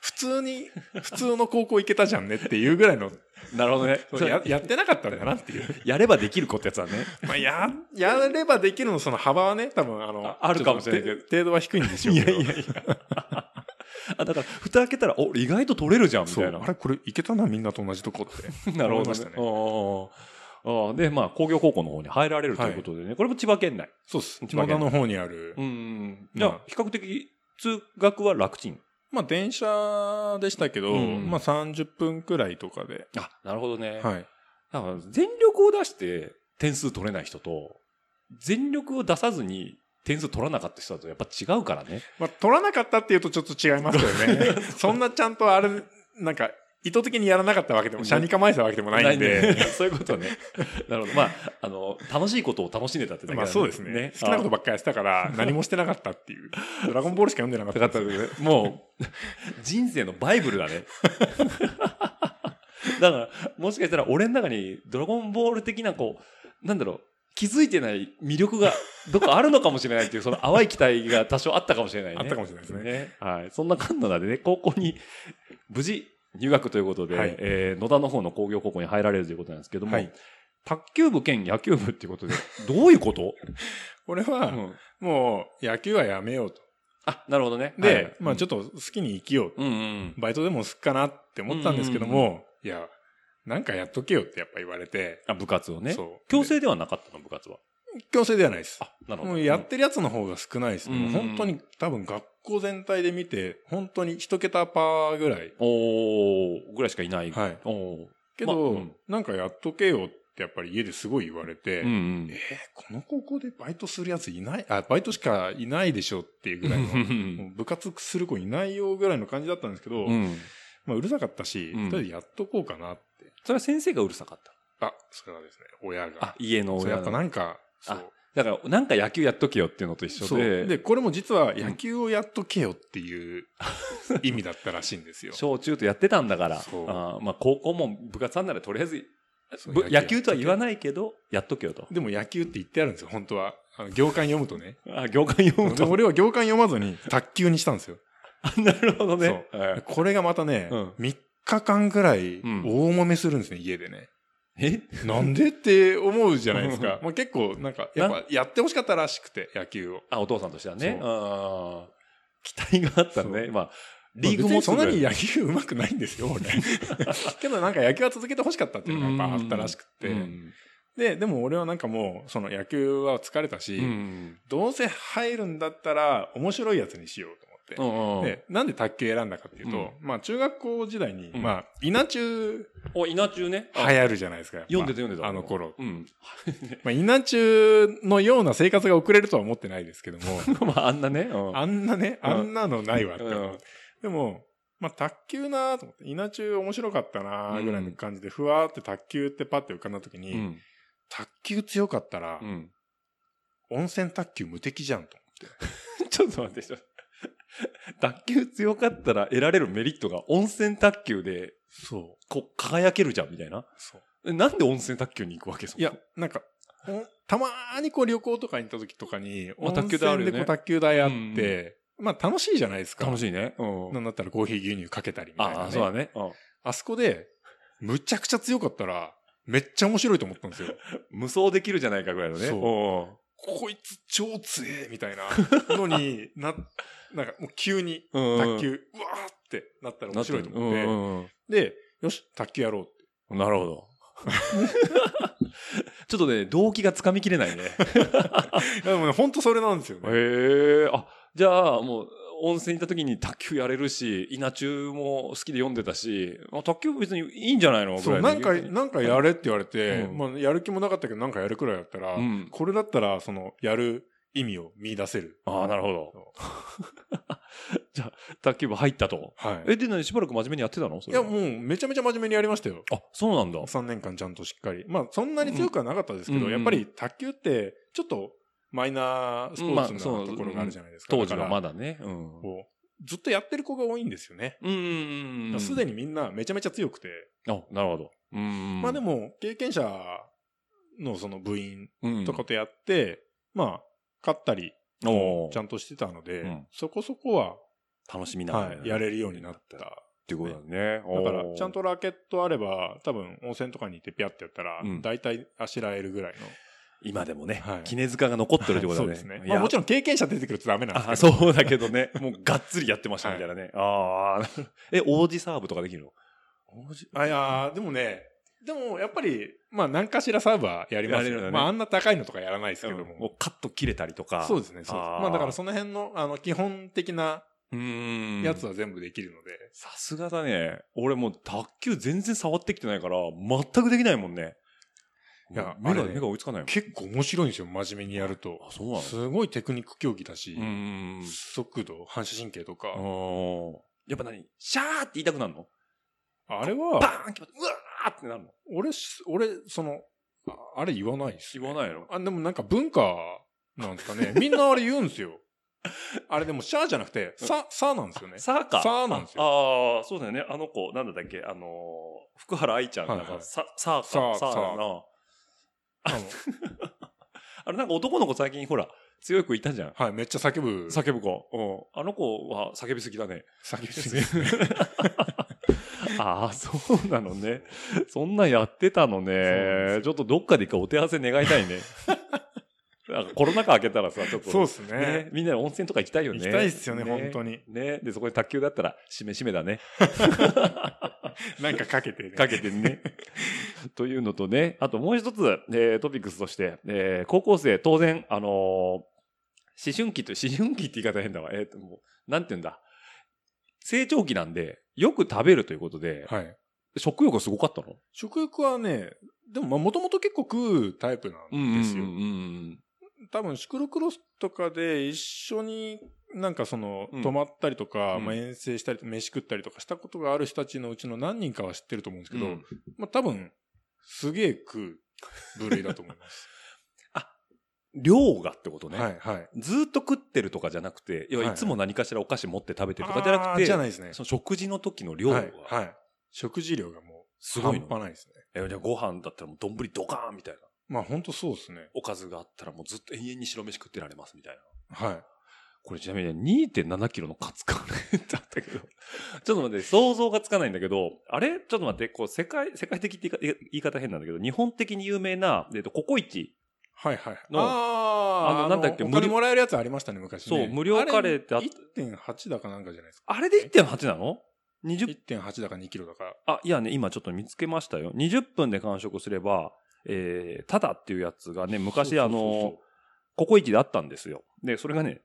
普通に、普通の高校行けたじゃんねっていうぐらいの、 なるほど ね。そのややってなかったん だなっていう。やればできる子ってやつだね。まあ、や、やればできるのその幅はね、多分あ の、ああるかもしれないけどちょっと程度は低いんでしょうけど。いや。 あ、だから、蓋開けたら、お、意外と取れるじゃん、みそ。たいうな。あれこれ行けたな、みんなと同じとこ って。なるほ思いどねましたね。おーおーおーで、まあ、工業高校の方に入られるということでね。これも千葉県内。 そうっす。千葉野県田の方にある、ん。うんじゃあ、比較的、通学は楽ちん。まあ電車でしたけど、うんまあ30分くらいとかで。あ、なるほどね。はい。だから全力を出して点数取れない人と、全力を出さずに点数取らなかった人だとやっぱ違うからね。まあ、取らなかったっていうとちょっと違いますけどね。 そんなちゃんとあれ、なんか、意図的にやらなかったわけでも、車に構えてたわけでもないんで。ない。 そういうことね。なるほど。まあ、あの、楽しいことを楽しんでたってだけだね まあそうですね好きなことばっかりやってたから、何もしてなかったっていう。 ドラゴンボールしか読んでなかったですよ。あもう、人生のバイブルだ ね。だから、もしかしたら俺の中にドラゴンボール的なこう、なんだろう、気づいてない魅力がどこかあるのかもしれないっていう、その淡い期待が多少あったかもしれないね。あったかもしれないですね。はい。そんなかんなでね、高校に無事入学ということで、はいえー野田の方の工業高校に入られるということなんですけども、はい卓球部兼野球部っていうことで、どういう こと、これは、うんもう、野球はやめようと。あ、なるほどね。で、はいまあちょっっと好きに生きよう。と、うんうん。バイトでもすっかなって思ったんですけども、うんいや、なんかやっとけよってやっぱ言われて、あ部活をねそう。強制ではなかったの、部活は。強制ではないです。あ、なるほもど。うやってるやつの方が少ないですね。うんもう本当に多分学校全体で見て、本当に一桁パーぐらい。うんおーぐらいしかいない。はいおーけまど、あうんなんかやっとけよってやっぱり家ですごい言われて、うんうんえーこの高校でバイトするやついないあ、バイトしかいないでしょっていうぐらいの、もう部活する子いないよぐらいの感じだったんですけど、うん。まあうるさかったし、うんとりあえずやっとこうかなって。それは先生がうるさかった。あ、それはですね、親があ、。家のそう親やっぱの。なんか、そあう。だから、なんか野球やっとけよっていうのと一緒そうで、で、これも実は野球をやっとけよって いう意味だったらしいんですよ。小中とやってたんだから、あそうーまあ高校も部活なんならとりあえず、そうぶ野球とは言わい。ないけど、やっとけよと。でも野球って言ってあるんですよ、本当は。あの行間読むと ね。あ、行間読むでと。俺は行間読まずに卓球にしたんですよ。 なるほどね。はいこれがまたね、うん3日間ぐらい大ん揉めするんですね、家でね。え。なんでって思うじゃないですかもう結構なんか、やっぱやってほしかったらしくて、野球を。あ、お父さんとしてはね。そうあー期待があったのね。そまあ、リーグまもあ別にそんすぐなに野球上手くないんですよ、俺。 けどなんか野球は続けてほしかったっていうのがやっぱあったらしくて。うんで、でも俺はなんかもう、その野球は疲れたし、うんどうせ入るんだったら面白いやつにしようと思っって。うんうん。で、なんで卓球選んだかっていうと、うんまあ中学校時代に、うんまあ、稲中お、稲中ね。流行るじゃないですか。やっぱ読んでた読んでた。あの頃。うん。まあ、稲中のような生活が送れるとは思ってないですけども、 まあ、あんなね。 うんあんなね、うんあんなのないわって思ううんでも、まあ、卓球なーと思って、稲中面白かったなーぐらいの感じで、ふわーって卓球ってパッて浮かんだ時に、うん。卓球強かったらう、ん。温泉卓球無敵じゃんと。 ちょっと待って、ちょっと 卓球強かったら得られるメリットが温泉卓球で、そう。こう、輝けるじゃん、みたいな。そう。えなんで温泉卓球に行くわけそこいや、、なんか、おたまーにこう旅行とかに行った時とかに、まあ温卓球泉台あるよでねこう卓球台あっうんて、まあ楽しいじゃないですか。楽しいね。うなんん。だったらコーヒー牛乳かけたりみたいな、ね。ああ、そうだね。うんあそこで、むちゃくちゃ強かったら、めっちゃ面白いと思ったんですよ。無双できるじゃないかぐらいのね。そううこいつ超強えみたいな のにな、なんかもう急にんうん。卓球、うわーってなったら面白いと思って、思って。で、よし、卓球やろうって。なるほど。 ちょっとね、動機がつかみきれないね。いやでもね、ほんとそれなんですよね。へえ、あ、じゃあもう、温泉行った時に卓球やれるし、稲中も好きで読んでたし、あ卓球別にいいんじゃないのぐそらう、いなんか、うなんかやれって言われて、うんまあ、やる気もなかったけど、なんかやるくらいだったら、ん。これだったら、その、やる意味を見出せる。ああ、なるほど。 じゃあ、卓球部入ったと。はい。え、で、何しばらく真面目にやってたのそいれや、はもう、めちゃめちゃ真面目にやりましたよ。あ、そうなんだ。 3年間ちゃんとしっかり。まあ、そんなに強くはなかったですけうんど、うんやっぱり卓球って、ちょっとマイナースポーツうんまあそなうところがあるじゃないですか。当時はまだだね。うんから。こう、ずっとやってる子が多いんですよね。うんうんうん。すでにみんなめちゃめちゃ強くて。あ、なるほど。うん。まあで、も、経験者のその部員うん。とかとやって、まあ、勝ったり、おーちゃんとしてたので、うんそこそこは、楽しみながらはねい、やれるようになっ。ったていうことだね。だかおら、ーちゃんとラケットあれば、多分、温泉とかに行ってピャってやったらうん、大体あしらえるぐらいの。今でもね、はい絹塚が残ってるってことだそうね。ですね。いまやあもちろん経験者出てくるとダメなんですけどあ、。そうだけどね。もうがっつりやってましたみたいなね。ああ。 え、王子サーブとかできるの王子あ、いやーでもね、でもやっぱり、まあ何かしらサーバーやりまやすれよるよねまああんな高いのとかやらないですけどもも。うカット切れたりとか。そうですね、そうです。あーまあだからその辺の、あの、基本的なうーん。やつは全部できるので。さすがだね。俺もう卓球全然触ってきてないから、全くできないもんね。いや目が、あれね目が追いつかないもん。結構面白いんですよ、真面目にやると。あ、そうなのすごいテクニック競技だしう、ん。速度、反射神経とかあ。ーやっぱ何シャーって言いたくなるのあれバは、ーン決まって、うわーってなるの俺し、俺、その、ああれ言わないっす。言わないのあ、でもなんか文化なんですかね。みんなあれ言うんですよ。 あれでも、シャーじゃなくて、さ、さなんですよね。サーか。サーなんですよああー、そうだよね。あの子、なんだったっけあのー、福原愛ちゃん、はいなはんいか、ササーか。サーサーだサな。あのあれ、なんか男の子最近、ほら、強い子いたじゃん。はい、めっちゃ叫ぶ。叫ぶ子。うん。あの子は叫びすぎだね。叫ぶですね。 ああ、そうなのね。そんなんやってたのね。ちょっとどっかで一回お手合わせ願いた いね。なんかコロナ禍明けたらさ、ちょっと。そうですねね。みんなで温泉とか行きたいよね。行きたいっすよね、本当に。に。ね。で、そこに卓球だったら、しめしめだね。なんかかけて ね。かけて ね。というのとね、あともう一つ、えートピックスとして、えー高校生、当然、あのー思春期と、思春期って言い方変だわ。えっ、と、もう、なんて言うんだ。成長期なんで、よく食べるということで、はい。食欲すごかったの食欲はね、でも、まあ、もともと結構食うタイプなんですよ。多分、シクロクロスとかで一緒になんかそのうん、泊まったりとか、うんまあ、遠征したり、飯食ったりとかしたことがある人たちのうちの何人かは知ってると思うんですけど、うんまあ、多分、すげえ食う部類だと思います。量がってことね。 はい、はい。ずーっと食ってるとかじゃなくて、いやはいいつも何かしらお菓子持って食べてるとかじゃなくあーて、じゃないですね。その食事の時の量はがい、はい。食事量がもすう、ごい半の。端ないですね。えじゃあご飯だったらもう丼ドカーンみたいな。まあ、本当そうですね。おかずがあったらもうずっと永遠に白飯食ってられますみたいな。はい。これちなみに2.7キロのカツカレーだったけど。ちょ っと待って、想像がつかないんだけど、あれちょっと待って、こう世界、世界的って言い方言い方変なんだけど、日本的に有名な、えっと、ココイチ。はいはい。のああのなんだっけお無金料もらえるやつありましたね、昔ね。そう無料カレーってああっれ1.8だかなんかじゃないですか。あれで1.8なの ?20、 1.8だか2キロだか。あ、いやね、今ちょっと見つけましたよ。20分で完食すれば、えー、ただっていうやつがね、昔そあうそうそうそうの、ココイチであったんですよ。で、それがね、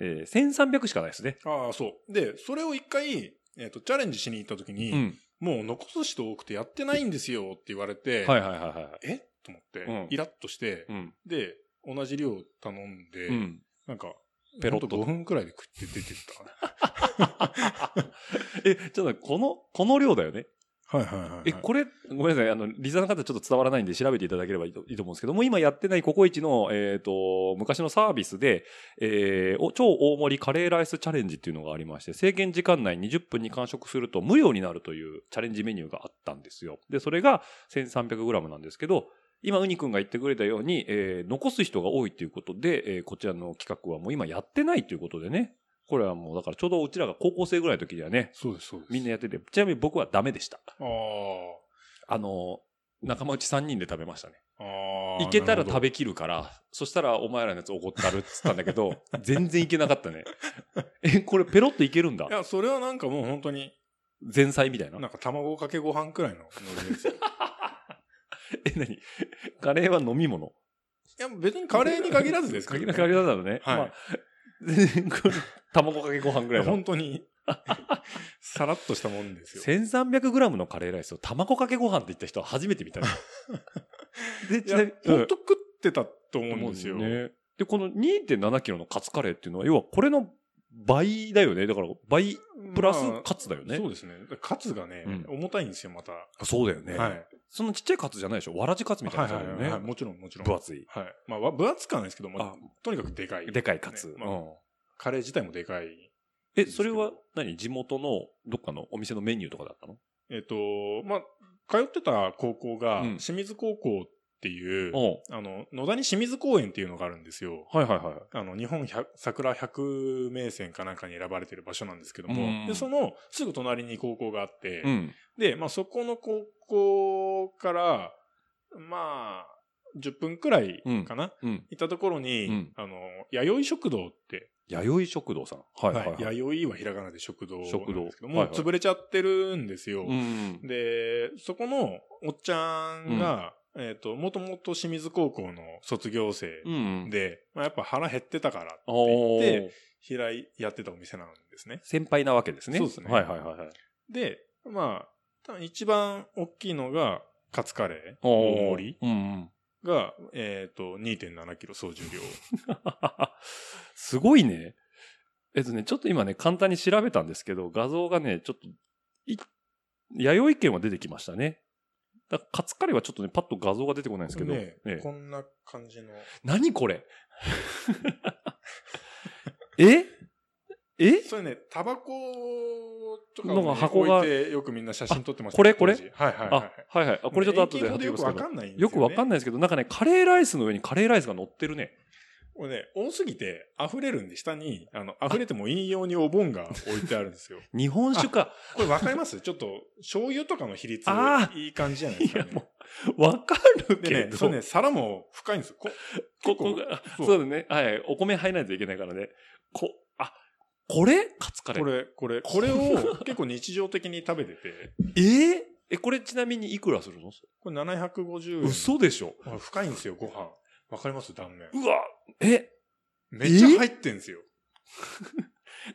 えー、1300しかないですね。ああ、そう。で、それを一回、えっ、と、チャレンジしに行った時に、ん。もう残す人多くてやってないんですよって言われて、はいはいはいはえと思って、うんイラッとして、い。うん。で、同じ量頼んで、うん。なんか、ペロッとほん5分くらいで食って出てっ え、ちょっとこの、この量だよね。 た。はいはいはいえ、これ、ごめんなさい。あの、リザーの方ちょっと伝わらないんで調べていただければいいといいと思うんですけども、今やってないココイチの、えっ、と、昔のサービスで、えーお超大盛りカレーライスチャレンジっていうのがありまして、制限時間内20分に完食すると無料になるというチャレンジメニューがあったんですよ。で、それが 1300g なんですけど、今、ウニ君が言ってくれたように、えー残す人が多いということで、えーこちらの企画はもう今やってないということでね。これはもう、だからちょうどうちらが高校生ぐらいの時にはね、そうですそうです。みんなやってて、ちなみに僕はダメでした。ああの、仲間内3人で食べましたね。あ。ああ。いけたら食べ、べきるから、そしたらお前らのやつおごったるっつったんだけ ど、全然いけなかったね。え、これペロッといけるんだい。や、それはなんかもう本当に、前菜みたいな。なんか卵かけご飯くらいのノリ ですよ。え、何カレーは飲み物。いや、別にカレーに限らず ですけ限どらね、ずだね。はいまあ 全然これ卵かけご飯ぐいらやいの。本当に、 さらっとしたもんですよ。 1300g のカレーライスを卵かけご飯って言った人は初めて見た ね。で、いちやなみに、、本当食ってたと思ううんんですよ。ね。で、この2.7キロのカツカレーっていうのは、要はこれの倍だよね。だから倍プラスまあカツだよね。そうですね。カツがね、うん重たいんですよ、また。はそうだよい。ねそのちっちゃいカツじゃないでしょわらじカツみたいなやつだよね。はいもちろん、もちろん。分厚い。はい。まあ、わ分厚くはないですけど、まああ、とにかくでかい。でかいカツ。ねうまあんカレー自体もでかい。え、それは何地元のどっかのお店のメニューとかだったのえっ、と、まあ、通ってた高校が、うん清水高校っていう、うん。あの、野田に清水公園っていうのがあるんですよ。はいはいはい。あの、日本百桜百名泉かなんかに選ばれてる場所なんですけども、うんで、その、すぐ隣に高校があって、うん。で、まあ、そこの高校から、まあ、10分くらいかな、うん。行ったところに、うんあの、弥生食堂って、弥生食堂さん。はいはいはい。弥生はひらがなで食堂なんです食堂けども、はいはい潰れちゃってるんですよ。うん。で、そこのおっちゃんが、えっ、と、もともと清水高校の卒業生うん。で、まあ、やっぱ腹減ってたからってお言っーて、開いやってたお店なんですね。先輩なわけですね。そうですねはいはいはいはい。で、まあ、多分一番大きいのが、カツカレー、おー大盛りうんうん。が、えっ、と、2.7キロ総重量。 すごいね。えっとね、ちょっと今ね、簡単に調べたんですけど、画像がね、ちょっと、い、弥生県は出てきましたね。だからカツカレーはちょっとね、パッと画像が出てこないんですけど、ねええこんな感じの。何こ れええそれね、タバコとかのをがね箱が置いてよくみんな写真撮ってましあたこれこれ当時はいはいはあい。、はいはい。あ、これちょっと後で貼っ遠近法でておきよくまわすけかど。んないんですよ、ね。よくわかんない。ないですけど、なんかね、カレーライスの上にカレーライスが乗ってるね。これね、多すぎて溢れるんで、下に、あの、溢れてもいいようにお盆が置いてある んですよ。日本酒か。これわかりますちょっと、醤油とかの比率あ、いい感じじゃないですか、ね。 いやもわかるけでど。ね、そうね、皿も深いんですよ。こここが、そうそうだね。はい。お米入らないといけないからね。こ、あ、これカツカレー。これ、これ、これを結構日常的に食べてて、えーえ、これちなみにいくらするのこれ750円。嘘でしょあ深いんですよ、ご飯。わかります断面。うわえ、めっちゃ入ってんですよ。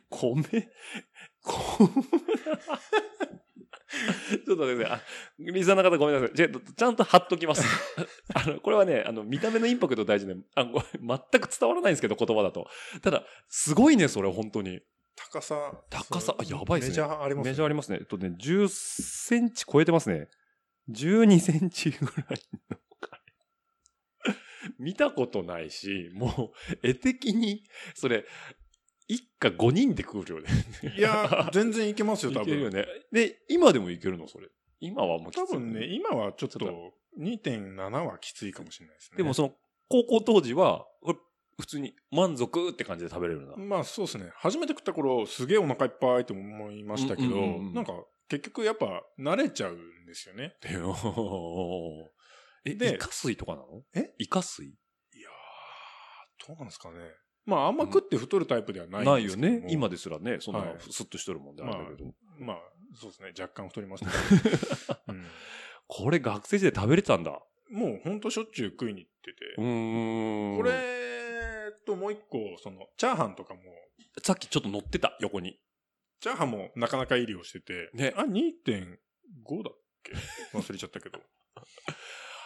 米、こ、 ちょっと待ってください。あ、リスナーの方ごめんなさい。じゃあ、ちゃんと貼っときます。 あの、これはね、あの、見た目のインパクト大事で、あ、ごめん全く伝わらないんですけど、言葉だと。ただ、すごいね、それ、本当に。高さ。高さあやばいっすねメジャーありますねメジャーありますね。えっとね、10センチ超えてますね。12センチぐらいのカレー。見たことないし、もう、絵的に、それ、一家5人で食う 量で。いや、全然い けますよ、多いけるよ分。ね。で、今でもいけるの、それ。今はもうきつい多分ね、今はちょっちょっと、2.7はきついかもしれないですね。でもその、高校当時は、これ普通に満足って感じで食べれるな。まあそうですね。初めて食った頃、すげえお腹いっぱいって思いましたけど、うんうんうんうんなんか、結局やっぱ慣れちゃうんですよね。でよえ、でイカ水とかなのえイカ水いやー、どうなんですかね。まああんま食って太るタイプではないなんいでよすけどもね。今。ですらね、そんなはいスッとしとるもんで、まああれだけどまあ、そうですね。若干太りましたけ ど、うんこれ学生時代食べれたんだ。もうほんとしょっちゅう食いに行ってて。ーんこれともう一個、その、チャーハンとかもさっきちょっと乗ってた、横に。チャーハンもなかなかいい量してて、ねあ、2.5だっけ 忘れちゃったけど。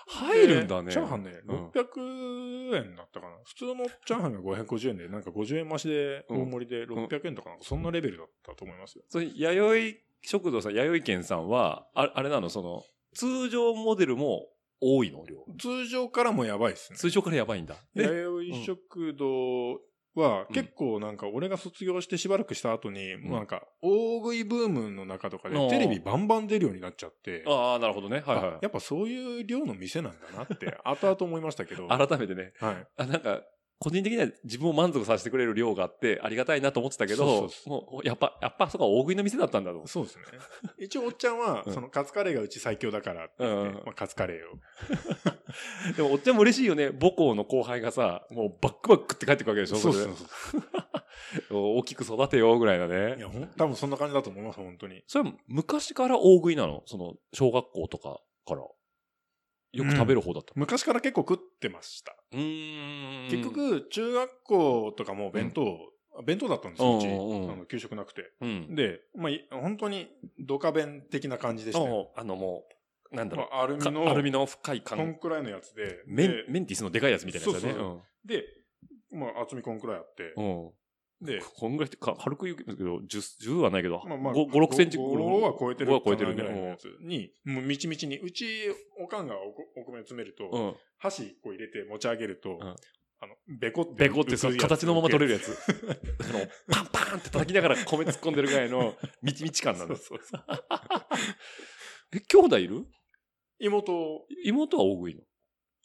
入るんだね。でチャーハンね、うん600円だったかな。普通のチャーハンが550円で、なんか50円増しで、うん大盛りで600円とかなんか、そんなレベルだったと思いますよ。それ、弥生食堂さん、弥生県さんは、ああれなの、その、通常モデルも多いの量。通常からもやばいっすね。通常からやばいんだ。で、弥生食堂はうん結構なんか俺が卒業してしばらくした後に、んもうなんか大食いブームの中とかでああテレビバンバン出るようになっちゃって、ああ、なるほどね。はいあは。やっぱそういう量の店なんだなって後々思いましたけど、は い改めてね、い。あなんか、個人的には自分を満足させてくれる量があって、ありがたいなと思ってたけど、そうそうそもう、やっぱ、やっぱ、そこは大食いの店だったんだと。そうですね。 一応おっちゃんは、うんそのカツカレーがうち最強だからって言って、うんうんまあ、カツカレーを。 でも、おっちゃんも嬉しいよね。母校の後輩がさ、もうバックバックって帰ってくわけでしょそうれそでうそうそ大きく育てようぐらいだう。いね。や、ほん多分そんな感じだと思います、本当に。それは昔から大食いなのその、小学校とかから。よく食べる方だった。昔から結構食ってました。うーん結、局、中学校とかも弁当、弁当だったんですよ、ううち。んうんうんあの給食なくて。うん。で、まあ、い本当にドカ弁的な感じでしたね。あのもう、なんだまろあ、アルう、ミの、かアルミの深いこん缶、くらいのやつで、メンで、メンティスのでかいやつみたいなやつだね。そうそうで、まあ、厚みこんくらいあって、うん。うんで、こんぐらいってか、軽く言うけど、10、10はないけど、まあまあ、 5、6センチ5は超えて5るは超えてるかなぐらいのやね。つに、もうみちみちに、うち、おかんがおこお米を詰めると、うん。うん箸1個入れて持ち上げると、うんあの、べこって。ベコってその形のまま取れるや やつ。あの、パンパンって叩きながら米突っ込んでるぐらいの、みちみち感なんだそう。そうそう。 え、兄弟いる妹、妹は大食いの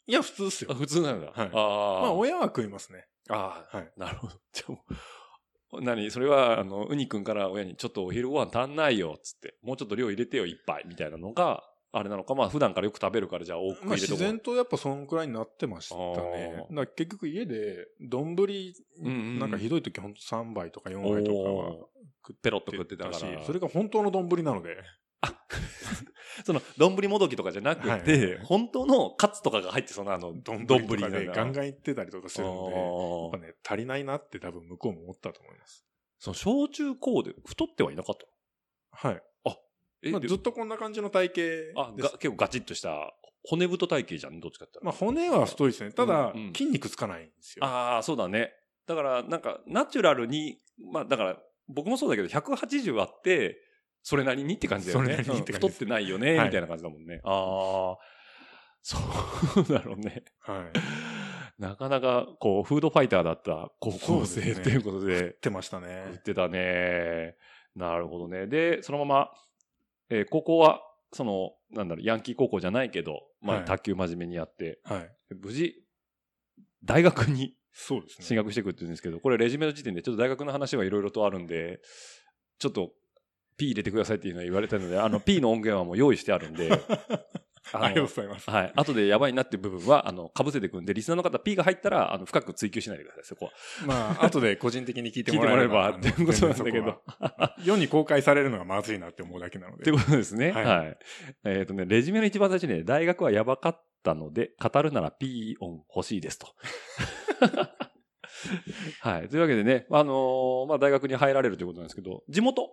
いや、普通っすあ、よ。普通なんだ。はいまあ、あ親は食いますね。あ。ああ。はい。なるほど。 じゃあもう、何それは、あの、ウニ君から親に、ちょっとお昼ご飯足んないよ、つって。もうちょっと量入れてよ、一杯、みたいなのが、あれなのか。まあ、普段からよく食べるから、じゃあ多くまあ、入れとこ自う。然とやっぱそのくらいになってましたね。あだから結局家で、丼、うんうんなんかひどい時ほんと3杯とか4杯とかはおーペロッと食ってたかしら。それが本当の丼なので。その、丼もどきとかじゃなくて、はい本当のカツとかが入ってそうな、あの、丼丼となかんだでガンガン行ってたりとかするんで、やあっーぱね、足りないなって多分向こうも思ったと思います。その、小中高で太ってはいなかったはい。え、まあ、でずっとこんな感じの体型あですが。結構ガチッとした、骨太体型じゃん、どっちかって言ったら。まあ、骨は太いですね。ただ、うんうん筋肉つかないんですよ。ああ、そうだね。だから、なんか、ナチュラルに、まあ、だから、僕もそうだけど、180あって、それなりにって感じだよね。それなりにってうん感太じですってないよね、はいみたいな感じだもんね。ああ、そうだろうね。はい。なかなか、こう、フードファイターだった高校そう生ですねということで、ってました言っね。てたね。なるほどね。で、そのまま、えー高校は、その、なんだろう、ヤンキー高校じゃないけど、まはあ、い卓球真面目にやって、はい。無事、大学にそうです進ね。学していくって言うんですけど、これレジュメの時点でちょっと大学の話はいろいろとあるんで、ちょっと P 入れてくださいっていうのは言われたので、あの P の音源はもう用意してあるんで、ありがとうのございます。はい。後でやばいなっていう部分は、あの、被せていくんで、リスナーの方 P が入ったら、あの、深く追求しないでください、そこは。まあ、後で個人的に聞いて聞いもてもらえらえれれば、ば。っていうことなんだけあのど。。 世に公開されるのがまずいなって思うだけなのっでて。ことですね。は。はいいえっ、とね、レジュメの一番最初にね、大学はやばかったので、語るなら P 音欲しいですと。はい。というわけでね、あのーまあ、大学に入られるということなんですけど、地元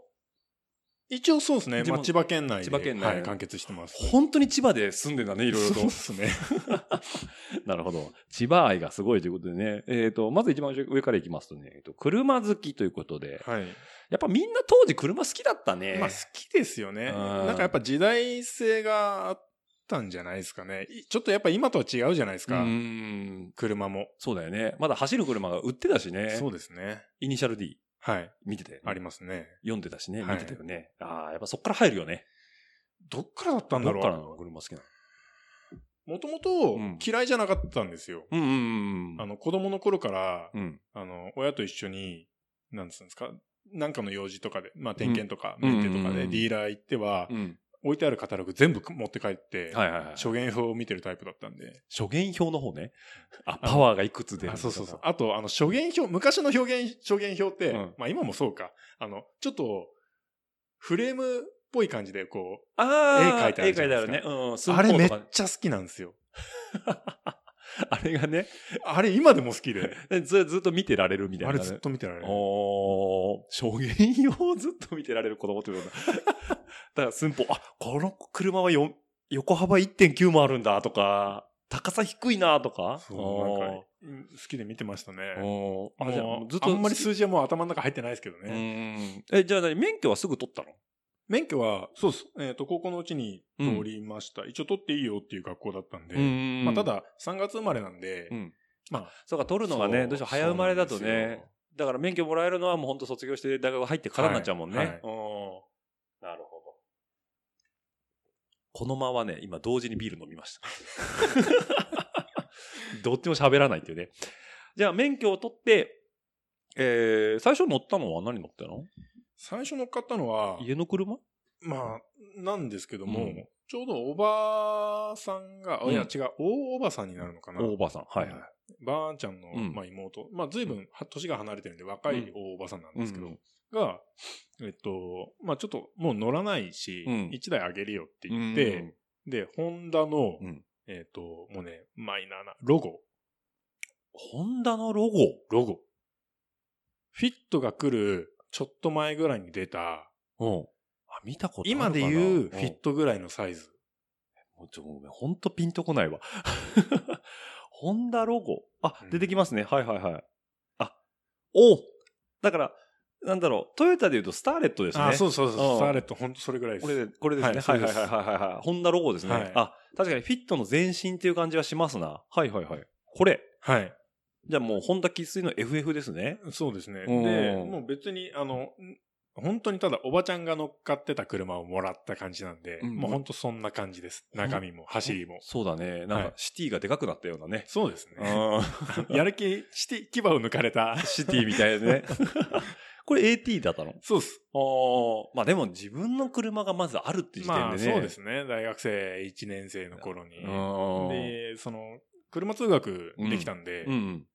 一応そうですね。地まあ、元千葉県内で。千葉県内はい、完結してます。本当に千葉で住んでんだね、い ろいろそうとで。すね。なるほど。千葉愛がすごいということでね。えっ、と、まず一番上からいきますとね、えっと、車好きということで、はい。やっぱみんな当時車好きだったね。まあ、好きですよね。うんなんかやっぱ時代性があったんじゃないですかね。いちょっとやっぱ今とは違うじゃないですうーか。ん。車も。そうだよね。まだ走る車が売ってたしね。そうですね。イニシャル D はい。見てて。ありますね。読んでたしね、は見いてたよね。ああ、やっぱそっから入るよね。どっからだったんどだっからなろの車好きなのう。もともうんと嫌いじゃなかったんですよ。うんうんうん。あの、子供の頃から、うん。あの、親と一緒に、なんつうんですか、なんかの用事とかで、まあ、点検とか、免許とうんうかんうんうでんディーラー行っては、うん。置いてあるカタログ全部持って帰って、はいはいはい。初言表を見てるタイプだったんで。初言表の方ね。あ、あのパワーがいくつ出るあのかそうそうそう。。あと、あの、初言表、昔の表現、初言表っうて、んまあ今もそうか、あの、ちょっと、フレームっぽい感じで、こああ、絵描いてあるじ絵描ゃないですかいてあるね。うん。う、あれめっ寸法とかちゃ好きなんですよ。 あれがね、あれ今でも好きで。ずずっと見てられるみたい あな、れね。ずっと見てられる。おー、証言用をずっと見てられる子供ってこと だ。だから寸法、あ、この車はよ横幅1.9もあるんだとか、高さ低いなとか。そう、なんか、うん好きで見てましたあーね。おーああ、じゃあもうずっあと。んまり数字はもう頭の中入ってないですけどうね。ん。え、じゃあ何免許はすぐ取ったの免許は、そうです。えっ、と、高校のうちに通りました。一応取っていいよっていう学校だったんで。んまあ、た、だ、3月生まれなんで、うんまあ、そうか、取るのがね、そうどうしても早生まれだとそうなんですねよ、だから免許もらえるのはもう本当卒業して大学入ってからになっちゃうもんね。はいはいうんなるほど。このまはね、今同時にビール飲みました。 どっちも喋らないっていうね。じゃあ免許を取って、えー、最初乗ったのは何乗ったの最初乗っかったのは、家の車まあ、なんですけどうも、んちょうどおばさんが、あいやうん違う、大おばさんになるのかな。おばさん。はいはい。ばあちゃんの、うんまあ、妹、まあ、随分は年が離れてるんで若いおばさんなんですけど、うんが、えっと、まあ、ちょっともう乗らないし、うん一台あげるよって言って、で、ホンダの、うんえっと、もうね、マイナーな、ロゴ、ホンダのロゴ。ロゴ。フィットが来る、ちょっと前ぐらいに出た、うん。あ、見たことあるか今なで言うフィんットぐらいのサイズ。もうちょ、ごめん、ほんとピンとこないわ。 ホンダロゴ。あう、ん出てきますね。はいはいはい。あ、おうだから、なんだろう、トヨタで言うとスターレットですね。あ、そうそうそうう、んスターレット、ほんとそれぐらいです。これで、これですね。ははいいはいはいはいはいはい。ホンダロゴですね、はいあ、確かにフィットの前身っていう感じはしますな。はいはいはい。これ。はい。じゃあもうホンダ生粋の FF ですね。そうですね。うんで、もう別に、あの、ん本当にただおばちゃんが乗っかってた車をもらった感じなんで、うんもう本当そんな感じです。中身も走りも。そうだね。なんかはいシティがでかくなったような ね。そうですね。うん やる気して牙を抜か れた。シティみたいな ね。これ AT だったのそうです。ああ、まあでも自分の車がまずあるって時ま点あでね。そうですね。大学生1年生の頃に。うん。で、その、車通学できたんで、うん。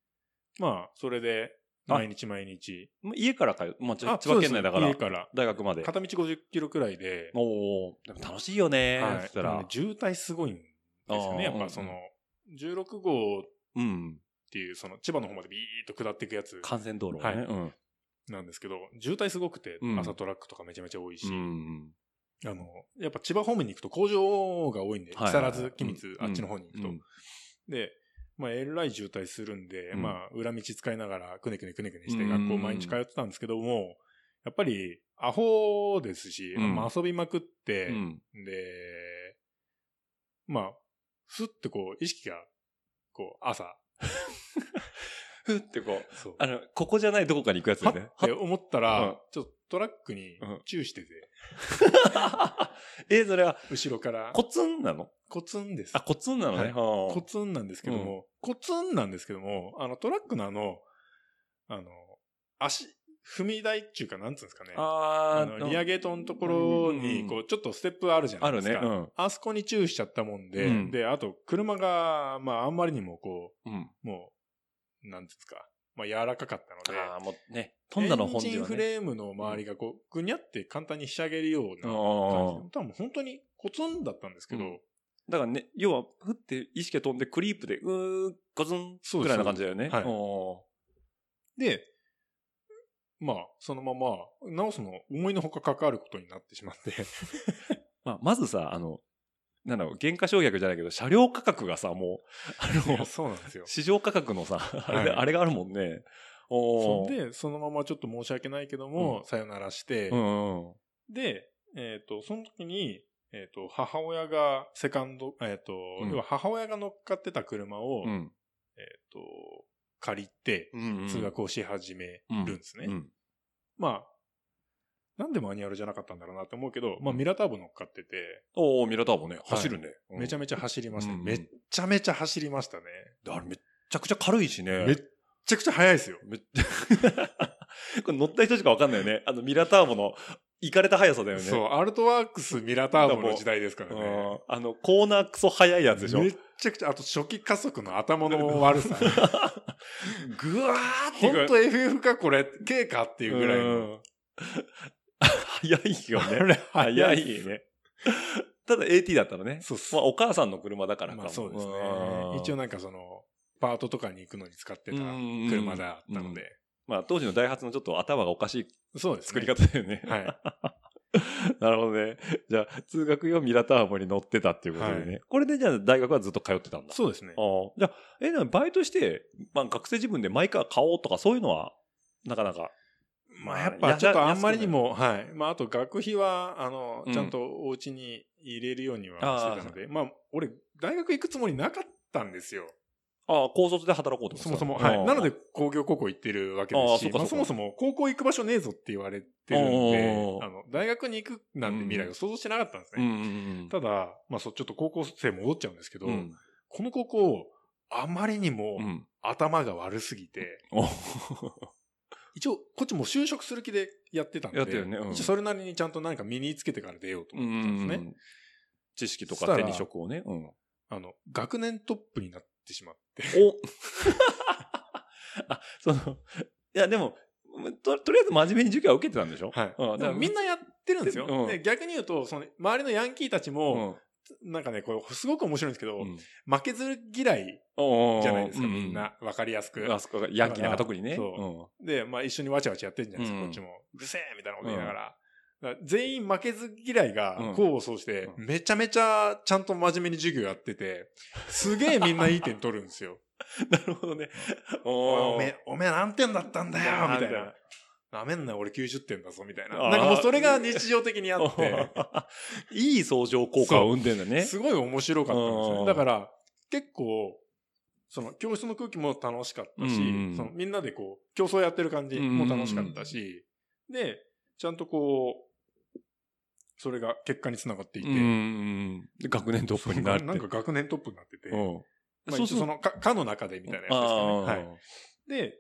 まあ、それで、毎日毎日。まあ家から通う。まあ、ちょあ千葉県内だからそうです家、から。大学まで。片道50キロくらいで、おおーでも楽しいよね。はいそしたならんで。渋滞すごいんですよね。あやーっぱその、16号っうん。ていう、その、千葉の方までビーッと下っていくやつ幹線道路をね。はいうんなんですけど、渋滞すごくてう、ん朝トラックとかめちゃめちゃ多いしう、ん。あの、やっぱ千葉方面に行くと工場が多いんで、木はいはいは更い津、君津、うんあっちの方に行くとう。んで、まあ、えらい渋滞するんで、うんまあ、裏道使いながら、くねくねくねくねして、うん学校毎日通ってたんですけども、やっぱり、アホですし、うんまあ、遊びまくって、うん。で、まあ、すってこう、意識が、こう、朝、ふってこう、そう。あの、ここじゃないどこかに行くやつはだっよね。て思ったら、うんちょっとトラックにうんチューしてて、え、それは、後ろから、コツンなのコツンです。あ、コツンなのはね。いココツンなんですけども、コツンなんですけども、あの、トラックのあの、あの、足、踏み台っていうか、なんつうんですかね。ああのーリアゲートのところうんに、こう、ちょっとステップあるじゃないあでるすねか。。うんあそこにチューしちゃったもんで、うんで、あと、車が、まあ、あんまりにもこうん。う、もう、なんていうんですか、まあ、柔らかかったので、ああ、もうね、飛んだの本エンジ人ンはフね。レームの周りがこう、ぐにゃって簡単に仕上げるような感ああじで、多分本当にコツンだったんですけど、うんだからね、要は、ふって意識が飛んで、クリープで、うー、ゴズン、そうでぐらすいな感じだよね。はいおで、まあ、そのまま、直すの思いのほか関わることになってしまって、ーまあ、まずさ、あの、なんだろう、原価償却じゃないけど、車両価格がさ、もう、あの、そうなんですよ。市場価格のさ、あれ,、はいあれがあるもんね。そおんーで、そのままちょっと申し訳ないけども、うんさよならして、うんうん。で、えっ、と、その時に、えっ、と、母親が、セカンド、えっ、と、うん要は母親が乗っかってた車を、うえっ、んと、借りて、うん。通学をし始めるんですね。うん。まあ、なんでマニュアルじゃなかったんだろうなって思うけど、まあ、ミラーターボ乗っかってて、おー、ミラターボね、走るね。めちゃめめちゃ走りました、うんうんめっちゃめちゃ走りましたね。ちゃ、あれめっちゃくちゃ軽いしね。めっちゃくちゃ速いですよ。めっちゃ これ乗った人しかわかんないよね。あの、ミラターボの、行かれた速さだよね。そう、アルトワークスミラーターボの時代ですからね。うんあの、コーナークソ速いやつでしょめっちゃくちゃ、あと初期加速の頭の悪さ。ぐわーってい 本う当 FF かこれ、K かっていうぐらいの。うん早いよね。れ早いね。ただ AT だったのね。そうっすまあ、お母さんの車だからかも。まあそうですねん。一応なんかその、パートとかに行くのに使ってたうん車だったので。まあ、当時のダイハツのちょっと頭がおかしいそうです作ね。り方だよね。はい。 なるほどね。じゃあ、通学用ミラターボに乗ってたっていうことでね。はこれでじゃあ、大学はずっと通ってたんだ。そうですねあ。あじゃあ、え、なにバイトして、まあ、学生自分でマイカー買おうとかそういうのは、なかなか。まあやっやぱちょっとあんまりに安くも、はい。まああと学費は、あのう、んちゃんとお家に入れるようにはしてたので、まあ俺、大学行くつもりなかったんですよ。ああ、高卒で働こうとかそもそも。はい。なので、工業高校行ってるわけでああすそうし、かまあそそうかもそも高校行く場所ねえぞって言われてるんおでうおうおう、あの、大学に行くなんて未来を想像してなかったんですうんね。うんうん。ただ、まあそう、ちょっと高校生戻っちゃうんですけどう、ん。この高校、あまりにもうん。頭が悪すぎて、お一応、こっちもう就職する気でやってたんで、やってるよねうん一応それなりにちゃんと何か身につけてから出ようとう思ってたんですんね。うん。知識とそかしたら手に職をね。うん。おあの、学年トップになってしまって。 あ、その、いや、でも、と、とりあえず真面目に授業は受けてたんでしょはいうん。でもみんなやってるんですよ。うんで逆に言うと、その、周りのヤンキーたちうも、ん、なんかね、これすごく面白いんですけど、うん。負けず嫌いじゃないですか、みんな。わかりやすうくん。うん。あそこが、ヤンキーなんか特にね。そううで、まあ一緒にわちゃわちゃやってんじゃないですか、うんこっちも。うるせえみたいなこと言いながら。だから全員負けず嫌いがうん功を奏して、うめちゃめちゃちゃんと真面目に授業やってて、すげえみんないい点取るんですよ。 ん。なるほどね。お おめえ、おめえ何点だったんだよなみんただいよな。なめんなよ、俺90点だぞ、みたいな。あーなんかもうそれが日常的にあ って、いい相乗効果を生んでんだね。すごい面白かったんですあーよ。だから、結構、その教室の空気も楽しかったし、うんうんそのみんなでこう、競争やってる感じも楽しかったし、で、ちゃんとこう、それが結果につながっていて、うん。で学年トップになるって。なんか学年トップになってて、うん。まあ、そうそ一う応その、か、課の中でみたいなやつですかね。はい。で、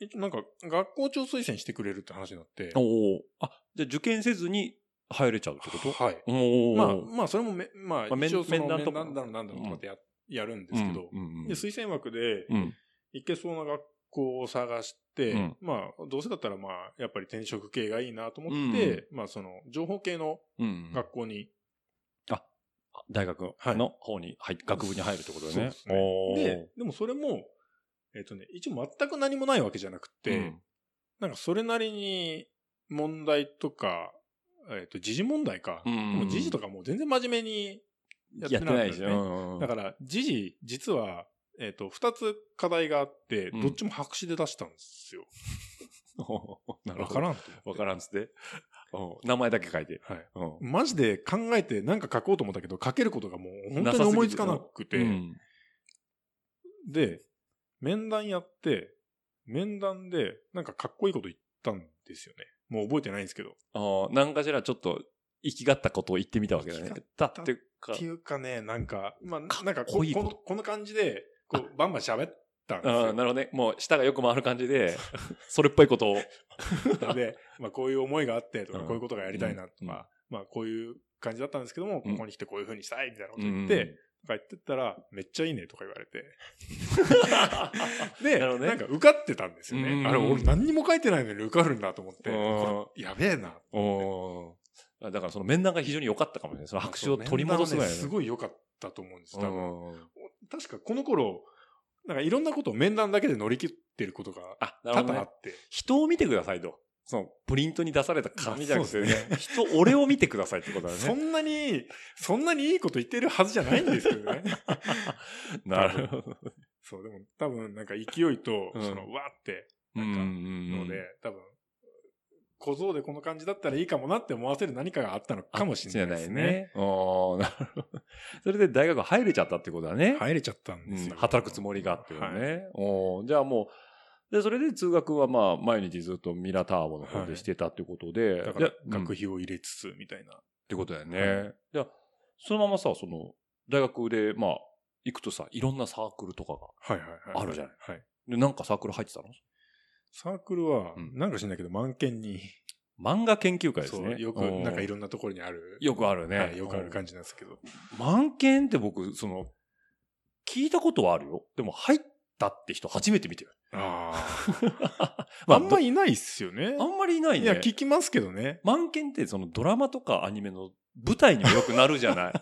一応なんか、学校長推薦してくれるって話になって、おお。あ、じゃあ受験せずに入れちゃうってことはい。おお。まあ、まあ、それもめ、ままああ、面一応その、面談と面談とかか、なんだろう、なんだろうとかってや、やるんですけどう、んうんうんで、推薦枠で、うん。行けそうな学校を探して、うんまあ、どうせだったらまあ、やっぱり転職系がいいなと思うんって、まあ、その、情報系のうん。学校に、大学の方に入っ、学部に入るってことだそうねで。すねで、でもそれも、えっ、とね、一応全く何もないわけじゃなくて、うんなんかそれなりに問題とか、えっ、と、時事問題か。うんでも時事とかもう全然真面目にやってやってなないいでですしよねょ。だら、から、時事、実は、えっ、と、二つ課題があって、うんどっちも白紙で出したんですよ。 なるわほかど。らんとわからんっつって。お名前だけ書いて。はい。うんマジで考えてなんか書こうと思ったけど、書けることがもう本な当さすぎにて思いつかなくて、うんで、面談やって、面談でなんかかっこいいこと言ったんですよね。もう覚えてないんですけど。ああ、なんかしらちょっと、生きがったことを言ってみたわけだね生き。だっていうかって、いうかね、なんか、まあ、かっなんかここいいこことの、この感じで、こう、バンバン喋ったんですああ、よ。なるほどね。もう、舌がよく回る感じで、それっぽいことを。なので、まあ、こういう思いがあってとか、うんこういうことがやりたいなとうんか、まあ、こういう感じだったんですけども、うんここに来てこういう風にしたいみたいなことうん言って、とか言ってったら、めっちゃいいねとか言われて。なるで、なほどねんか受かってたんですようんね。あれ、俺何にも書いてないのに受かるんだと思って、うんこれやべえな。おだからその面談が非常に良かったかもしれない。その拍手を取り戻すぐらい、面談はねすごい良かったと思うんです、多分。うん確かこの頃、なんかいろんなことを面談だけで乗り切ってることがあ、な多るほど、々あね。って。人を見てくださいと。その、プリントに出された紙じゃなくて、まあそうね、人、俺を見てくださいってことだそね。んなに、そんなにいいこと言ってるはずじゃないんです けどね。 なるほど。そう、でも多分なんか勢いと、うんその、わーってうんうんうのんで、多分、小僧でこの感じだったらいいかもなって思わせる何かがあったのかもしれないですね。あ。おーなるほど。それで大学入れちゃったってことだね。入れちゃったんうですんよ。働くつもりがっていうね。はいおーじゃあもう、で、それで通学はまあ、毎日ずっとミラターボの方でしてたってことで、だからで、うん学費を入れつつ、みたいな。ってことだよね。はじゃあ、そのままさ、その、大学で、まあ、行くとさ、いろんなサークルとかが。はいはいはい。あるじゃない。はい。で、なんかサークル入ってたのサークルはう、んなんか知んないけど、満研に、漫画研究会ですそう、ね。よく、うなんかいろんなところにある。よくあるね。はいよくある感じなんですけど。うん。満研って僕、その、聞いたことはあるよ。でも、入ったって人初めて見てる。ああ。 まあ、あんまり、いないっすよね。あんまりいないいね。や、聞きますけどね。 満研って、そのドラマとかアニメの舞台にもよくなるじゃない。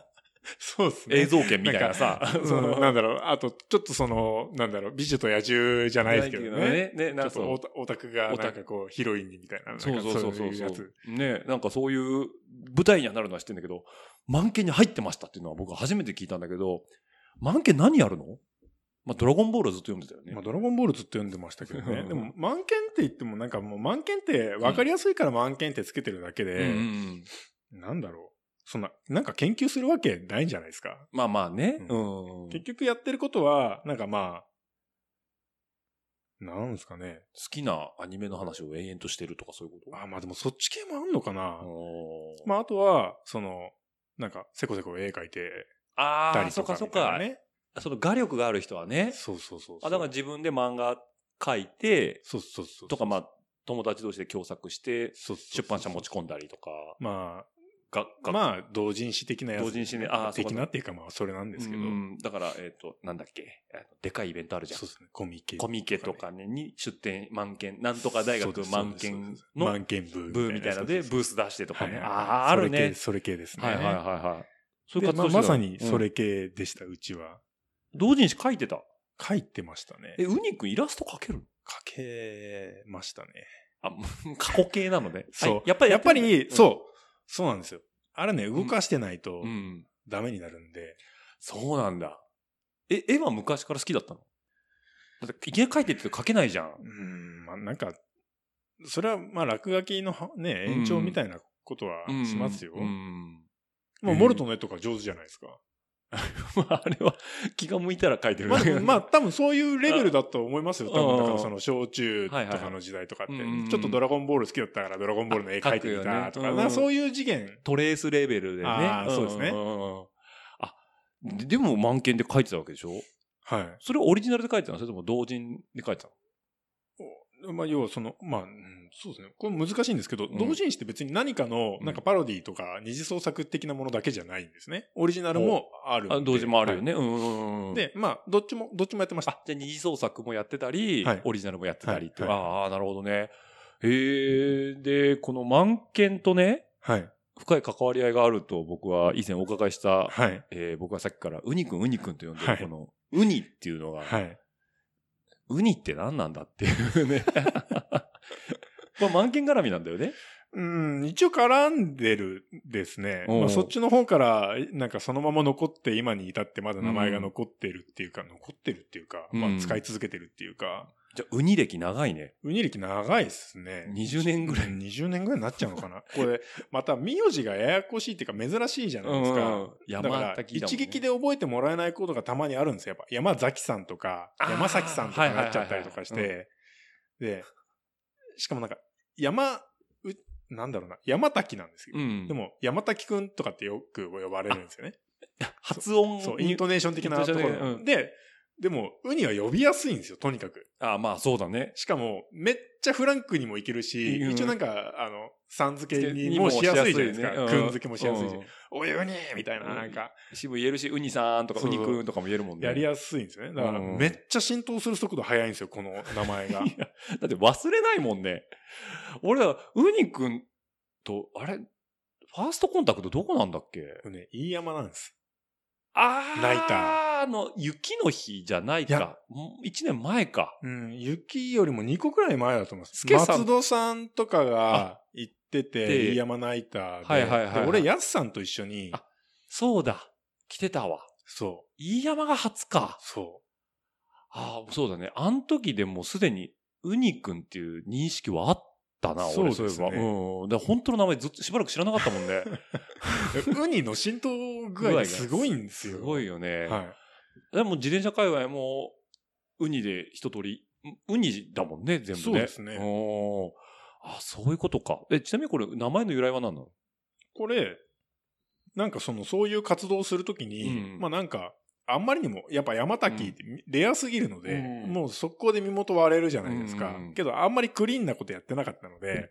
そうですね。映像権みたいなさ、その、なんだろう、あと、ちょっとその、なんだろう、美女と野獣じゃないですけどね。ね。ね、なちょんかっとオそタオタクが、オタなクんかこう、ヒロインにみたいな。なんう。かそうそうそうそういやつね、なんかそういう舞台にはなるのは知ってんだけど、満家に入ってましたっていうのは僕は初めて聞いたんだけど、満家何やるのまあ、ドラゴンボールずっと読んでたよね。まあ、ドラゴンボールずっと読んでましたけどね。うんでも、満点って言っても、なんかもう、満点って、わかりやすいから満点ってつけてるだけうんうんうで、んなんだろう。そんな、なんか研究するわけないんじゃないですか。まあまあね。ううん。結局やってることは、なんかまあ、なんですかね。好きなアニメの話を延々としてるとかそういうことあ、まあでもそっち系もあんのかな。おーまああとは、その、なんか、せこせこ絵描いてあたーりそとっかかそっみたいなか。ね。その画力がある人はね。そうそうそうそう。あ、だから自分で漫画書いて、そうそうそう。とかまあ、友達同士で共作して、そうそうそう、出版社持ち込んだりとか、まが、あ、が、まあ、同人誌的なやつ。同人誌ねあーそうか的なっていうか、まあ、それなんですけど。うんだから、えっ、と、なんだっけ、あのでかいイベントあるじゃんそう。ですね。コミケ。コミケとかね、に出店満件、なんとか大学満件の満件ブー。ブーみたいなので、ブース出してとかね。ああー、ああるるねね。。それ系ですね。はいはいはいはい。そういうで活動ましてたあまさにそ。うんれ系でした、うちは。同人誌書いてた。書いてましたね。え、ウニ君イラスト描けるのかけましたね。あ、もう過去形なのね。そうはいやっぱりやっぱり、うそう。そうなんですよ。あれね、動かしてないとん。うん。ダメになるんで。そうなんだ。え、絵は昔から好きだったのだって、いきなり描いてって描けないじゃんう。ん、まあなんか、それはまあ落書きのはね、延長みたいなことはうんしますよ。うん。もうモルトの絵とか上手じゃないですか。 まあ、あれは気が向いたら描いてるまだあけ でも、まあ多分そういうレベルだと思いますよ。多分だからその小中とはいはいかはの時代とかってうんうんうん、ちょっとドラゴンボール好きだったからドラゴンボールの絵描いてみたとあ描くよねか、うんなんかそういう次元。トレースレベルでね。あーそうですねんんうんうんあ、ででも満件で書いてたわけでしょはい。それオリジナルで書いてたのそれとも同人で書いてたのまあ要はその、まあ、うんそうですね。これ難しいんですけど、うん同人誌って別に何かの、うんなんかパロディとか二次創作的なものだけじゃないんですね。オリジナルもあるんで。あ同人もあるよね。ねうんうんうんうん。、で、まあ、どっちも、どっちもやってましたあ。、じゃあ二次創作もやってたり、はいオリジナルもやってたりって。はいはいああ、なるほどね。へえ、で、この満件とね、はい。深い関わり合いがあると僕は以前お伺いした、はい。えー僕はさっきからウニくんウニくんと呼んでるはいこの、ウニっていうのが、はい。ウニって何なんだっていう ね。まあ満件絡みなんだよね。うん、一応絡んでるですね。おうまあ、そっちの方から、なんかそのまま残って、今に至ってまだ名前が残ってるっていうか、残ってるっていうか、うんまあ、使い続けてるっていうか、じゃあ、ウニ歴長いね。ウニ歴長いですね。 20年ぐらい。うん20年ぐらいになっちゃうのかな。これ、また、名字がややこしいっていうか、珍しいじゃないですか。だ山から、崎だもんね一撃で覚えてもらえないことがたまにあるんですよ。やっぱ、山崎さんとか、あー山崎さんとかなっちゃったりとかしはいはて、で、しかもなんか、山、うなんだろうな、山滝なんですよ。うん。でも、山滝くんとかってよく呼ばれるんですよね。発音そう、イントネーション的なとこイントネーションろ的で、でも、ウニは呼びやすいんですよ、とにかく。あ、まあ、そうだね。しかも、めっちゃフランクにもいけるし、うん一応なんか、あの、さん付けにもしやすいじゃないですか。うんくん付けもしやすいしう。んおい、ウニみたいな、なんか。しも言えるし、ウニさんとか、ウそうニそうくんとかも言えるもんね。やりやすいんですよね。だから、うんめっちゃ浸透する速度早いんですよ、この名前 が。いやだって忘れないもんね。俺ら、ウニくんと、あれ、ファーストコンタクトどこなんだっけこれね、飯山なんです。あー。ナイター。あの、雪の日じゃないいやか。もう一年前か。うん、雪よりも2個くらい前だと思いまスす。ケさん松戸さんとかが行ってでて、飯山ナイターで。はいはいはいはいで俺、やすさんと一緒にあ、そうだ。来てたわ。そ飯山が初かう、。そああ、そうだね。あの時でもうすでに、ウニ君っていう認識はあったな、俺そうですそうねいえば。うん。だから本当の名前ずっとしばらく知らなかったもん ね。う。 ウニの浸透具合がすごいんですよ。すごいよね。はでも自転車界隈も、ウニで一通り、ウニだもんね、全部ね。そうですねおーあ、そういうことか。え、ちなみにこれ、名前の由来は何なのい。これ、なんかその、そういう活動をするときに、うんまあなんか、あんまりにも、やっぱ山滝ってレアすぎるので、うんもう速攻で身元割れるじゃないですか。うんけど、あんまりクリーンなことやってなかったので、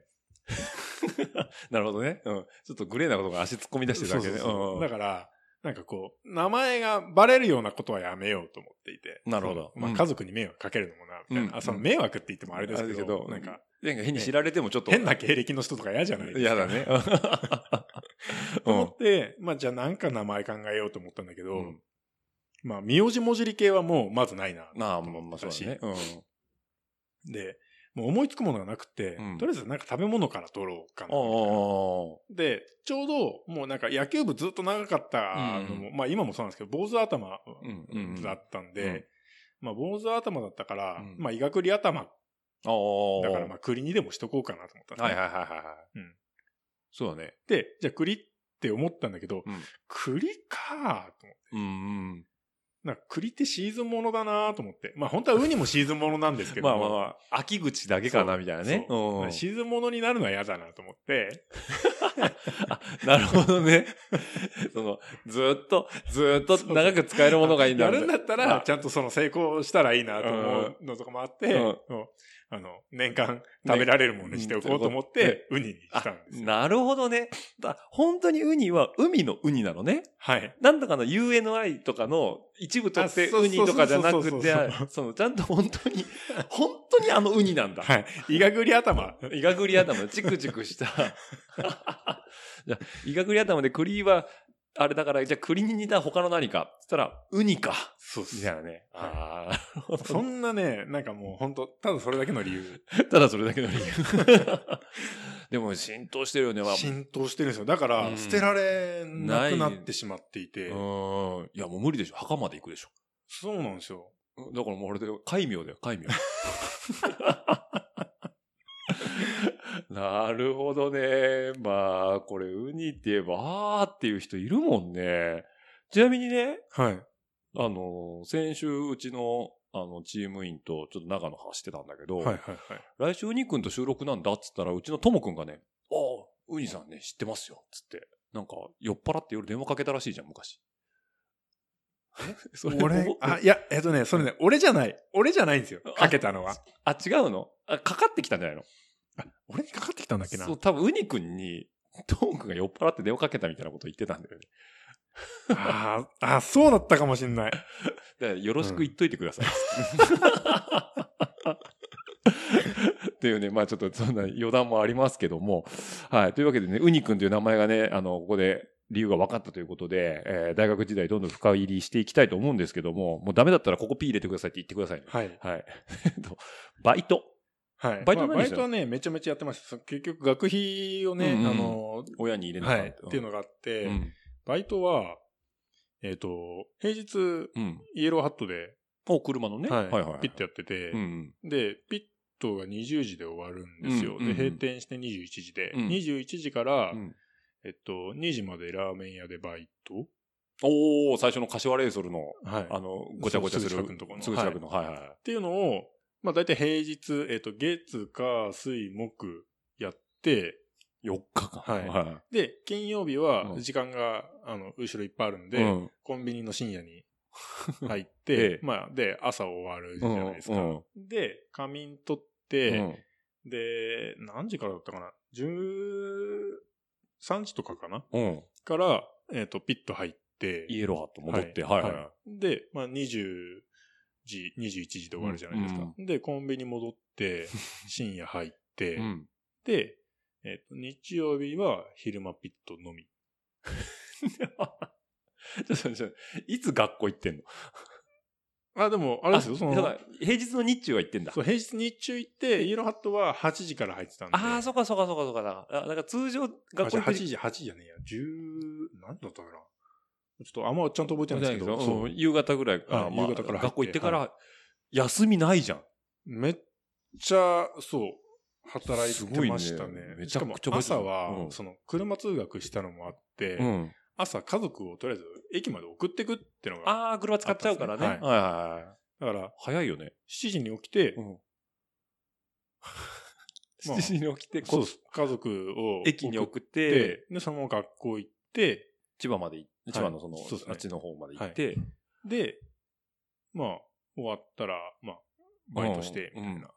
なるほどね。うん。ちょっとグレーなことが足突っ込み出そうそうそうだかから、なんかこう、名前がバレるようなことはやめようと思っていて。なるほどそのまうんあ、家族に迷惑かけるのもな、みたいな。うんあその迷惑って言ってもあれらですけど、ななんんかか、、変に知られてもちょっと。変な経歴の人とか嫌じゃないですか。嫌だね。と思って、まあじゃあなんか名前考えようと思ったんだけど、うんまあ名字文字り系はもうまずないな。まあまあまあ、 そうだね。うん。で、もう思いつくものがなくて、うんとりあえずなんか食べ物から取ろうかなみたいな。おで、ちょうど、もうなんか野球部ずっと長かったのも、まあ今もそうなんですけど、坊主頭ーうんうんうん。だったんで、うんまあ坊主頭だったから、うんまあ医学理頭おーだからまあ栗にでもしとこうかなと思ったんですはねいはいはいはいはい。うんそうだね。で、じゃあ栗って思ったんだけど、うん栗かーと思って。うんなんか栗ってシーズンものだなーと思って。まあ本当はウニもシーズンものなんですうけん。どまあもまあまあ、秋口だけかなみたいなね。うんシーズンものになるのは嫌だなと思って。あなるほどね。その、ずーっと、ずーっと長く使えるものがいいんだやみるたんいなだったら、あちゃんとその成功したらいいなと思うのとかもあって、うんうんあの、年間食べられるものにしておこうと思って、ウニにしたんですよ。なるほどね。だ本当にウニは海のウニなのね。はい。なんとかの UNI とかの一部取ってあそうウニとかじゃなそくうてそうそうそ、そのちゃんと本当 に、本当にあのウニなんだ。はい。イガグリ頭。イガグリ頭でチクチクした。じゃあイガグリ頭で栗は、あれだから、じゃあ栗に似た他の何か。つったら、ウニか。そうっすみたいなね。ああ。そんなね、なんかもう本当ただそれだけの理由。ただそれだけの理由。 でも浸透してるよね。まあ浸透してるんですよ。だかうんら、捨てられなくななっいてしまっていて、うん。いや、もう無理でしょ。墓まで行くでしょ。そうなんですよ。だからもうあれだよ。戒名だ よ、戒名。なるほどね。まあ、これ、ウニって言えば、あーっていう人いるもんね。ちなみにね、はい。あの、先週、うちの、あの、チーム員と、ちょっと長野走ってたんだけど、はいはいはい。来週ウニ君と収録なんだっつったら、うちのとも君がね、ああ、ウニさんね、知ってますよ、つって。なんか、酔っ払って夜電話かけたらしいじゃん、昔。それ俺も、あ、いや、えっとね、それね、俺じゃない。俺じゃないんですよ。あかけたのは。あ、違うのあ、かかってきたんじゃないの俺にかかってきたんだっけな。そう、多分ウニ君に、トーン君が酔っ払って電話かけたみたいなこと言ってたんだよね。あーあ、そうだったかもしんない。だから、よろしく言っといてください。っていうね、まあちょっとそんな余談もありますけども。はい。というわけでね、ウニ君という名前がね、あの、ここで理由が分かったということで、えー大学時代どんどん深入りしていきたいと思うんですけども、もうダメだったらここ P 入れてくださいって言ってくださいね。はい。はい。えっと、バイト。はい。バイトまあ何バしてイトたはね、めちゃめちゃやってました。そ結局、学費をね、うんうんうんあの、親に入れなはかった。い、っていうのがあって、うん。バイトは、えっ、と、平日、うん。イエローハットで、お、車のね。はいはいはい。ピットやってて、うん。で、ピットが20時で終わるんですうよ。んうんうんで、閉店して21時で、うん21時から、うんえっと、2時までラーメン屋でバイトおー、最初の柏レイソルの、はい。あの、ごちゃごちゃする。そうすぐ近くのとこのすぐ近くの。はいはいはい。っていうのを、まあ大体平日、えっ、と、月、火、水、木やって、 4日間。はいはで、金曜日うはん時間が、あの、後ろいっぱいあるんい。で、うんコンビニの深夜 に入っええ、てまあ、で、朝終わるじゃないですか。うんで、仮眠取っうて、んで、何時からだったかな ?13 時とかかなうん。から、えっ、と、ピット入って、イエローハット戻って、ははいいはい。で、まあ、20時、21時で終わるじゃないですか。うんで、コンビニ戻 って、深夜入って、うんで、えっ、と、日曜日は昼間ピットのみ。ちょっとちょっといつ学校行ってんのあ、でも、あれですよ、その、だから平日の日中は行ってんだそ。う平日日中行って、イエローハットは8時から入ってたんで。ああ、そうかそうかそうかそうか。だからあだから通常学校あじゃあ行く8時時、8時じゃねえや。10、何だったかな。ちょっとあんまちゃんと覚えてないんですけど、そそうう夕方ぐらいから、はいまあ夕方から入って学校行ってから、休みないじゃん。めっちゃ、そう、働いてましすたごいねね。めちしゃかくちゃ覚もえてる朝は、うんその、車通学したのもあって、うん。朝家族をとりあえず駅まで送ってくってのが、ああ、車使っちゃうからね。あはっいたんですはいはい。だから、早いよね。 7時に起きて、 うん。まあ7時に起きて、そうこです家族を駅にっ送ってて、、で、そのまま学校行って、千葉まで行って、千葉のその、そうですねあっちの方まで行って、で、まあ、終わったら、まあ、バイトして、みたいな。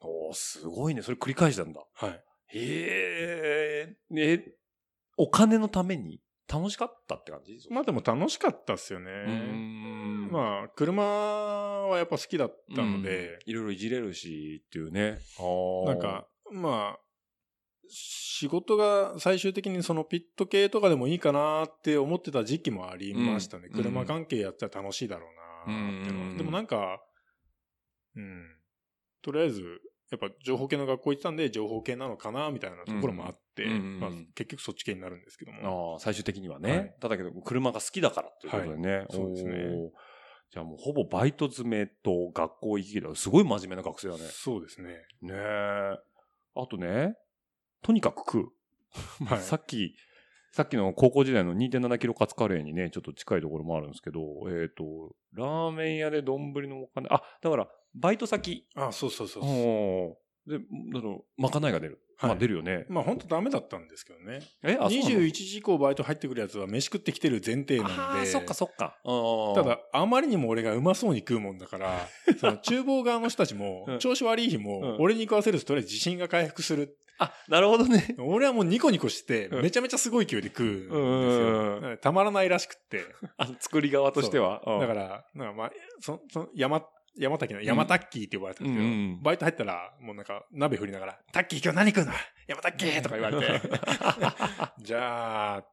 おおすごいね。それ繰り返したんだ。はい。へえ、ね、お金のために楽しかったって感じまあでも楽しかったっすよあね。あ、まあ、車はやっぱ好きだったのうんで、いろいろいじれるし、っていうね。なんか、まあ、仕事が最終的にそのピット系とかでもいいかなって思ってた時期もありましたね。うん車関係やったら楽しいだろうなってのは、うんでもなんか、うん。とりあえず、やっぱ情報系の学校行ってたんで、情報系なのかなみたいなところもあって、うんうんまあ、結局そっち系になるんですけども。ああ、最終的にはね。はいただけど、車が好きだからということでね。そうですねおー。じゃあもうほぼバイト詰めと学校行き来だ。すごい真面目な学生だね。そうですね。ねえ。あとね、とにかく食う。はい。 さっき、さっきの高校時代の2.7キロカツカレーにね、ちょっと近いところもあるんですけど、えっ、と、ラーメン屋で丼のお金、あ、だから、バイト先。あ、そうそうそうそう。おーで、だと、まかないが出る。はいまあ出るよね。まあ本当ダメだったんですけどね。え、あ、そうなの21時以降バイト入ってくるやつは飯食ってきてる前提なんで。あーそっかそっか。たた、だ、あまりにも俺がうまそうに食うもんだ から、その厨房側の人たちもうん、調子悪い日も、俺に食わせるととりあえず自信が回復する。あ、なるほどね。俺はもうニコニコして、うんめちゃめちゃすごい勢いで食うんでうすんよ。だからたまらないらしくって。あの作り側としては。、だからら、なんかまあ、そその山、山滝の、山タッキーって呼ばれてたんでうすけんどうんうん、バイト入ったら、もうなんか鍋振りながら、タッキー今日何食うの山タッキーとか言われて、 じゃあ、っ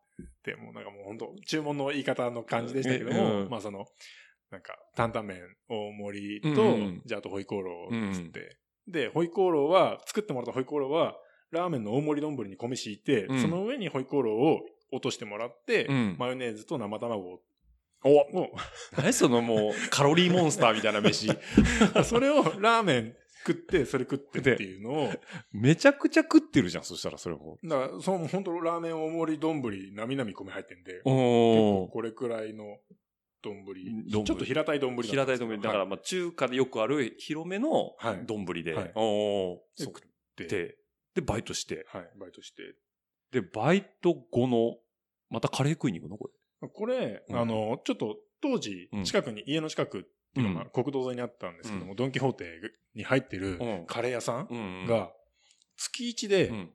て、もうなんかもう本当注文の言い方の感じでしたけどうんも、うんまあその、なんか、担々麺、大盛りと、うんうんじゃああとホイコーロー、つって、で、ホイコーローは、作ってもらったホイコーローは、ラーメンの大盛り丼に米敷いて、うんその上にホイコーローを落としてもらって、うんマヨネーズと生卵を、を何そのもう、カロリーモンスターみたいな飯。それをラーメン食って、それ食ってっていうのを、 めちゃくちゃ食ってるじゃん、そしたらそれも。だから、その本当ラーメン大盛り丼、なみなみ米入ってんで、結構おこれくらいの丼。丼ちょっと平たい丼だったんですけど。平たい丼。だから、まあ、中華でよくある広めのはい丼で。はいおーでそう食ってで、で、バイトして。はい、バイトして。で、バイト後の、またカレー食いに行くのここれ、うんあの、ちょっと当時うん、近くに、家の近くっていうか、まあうん国道沿いにあったんですけども、ドンキホーテに入ってるうんカレー屋さんれ。うんが、が、月一で、うん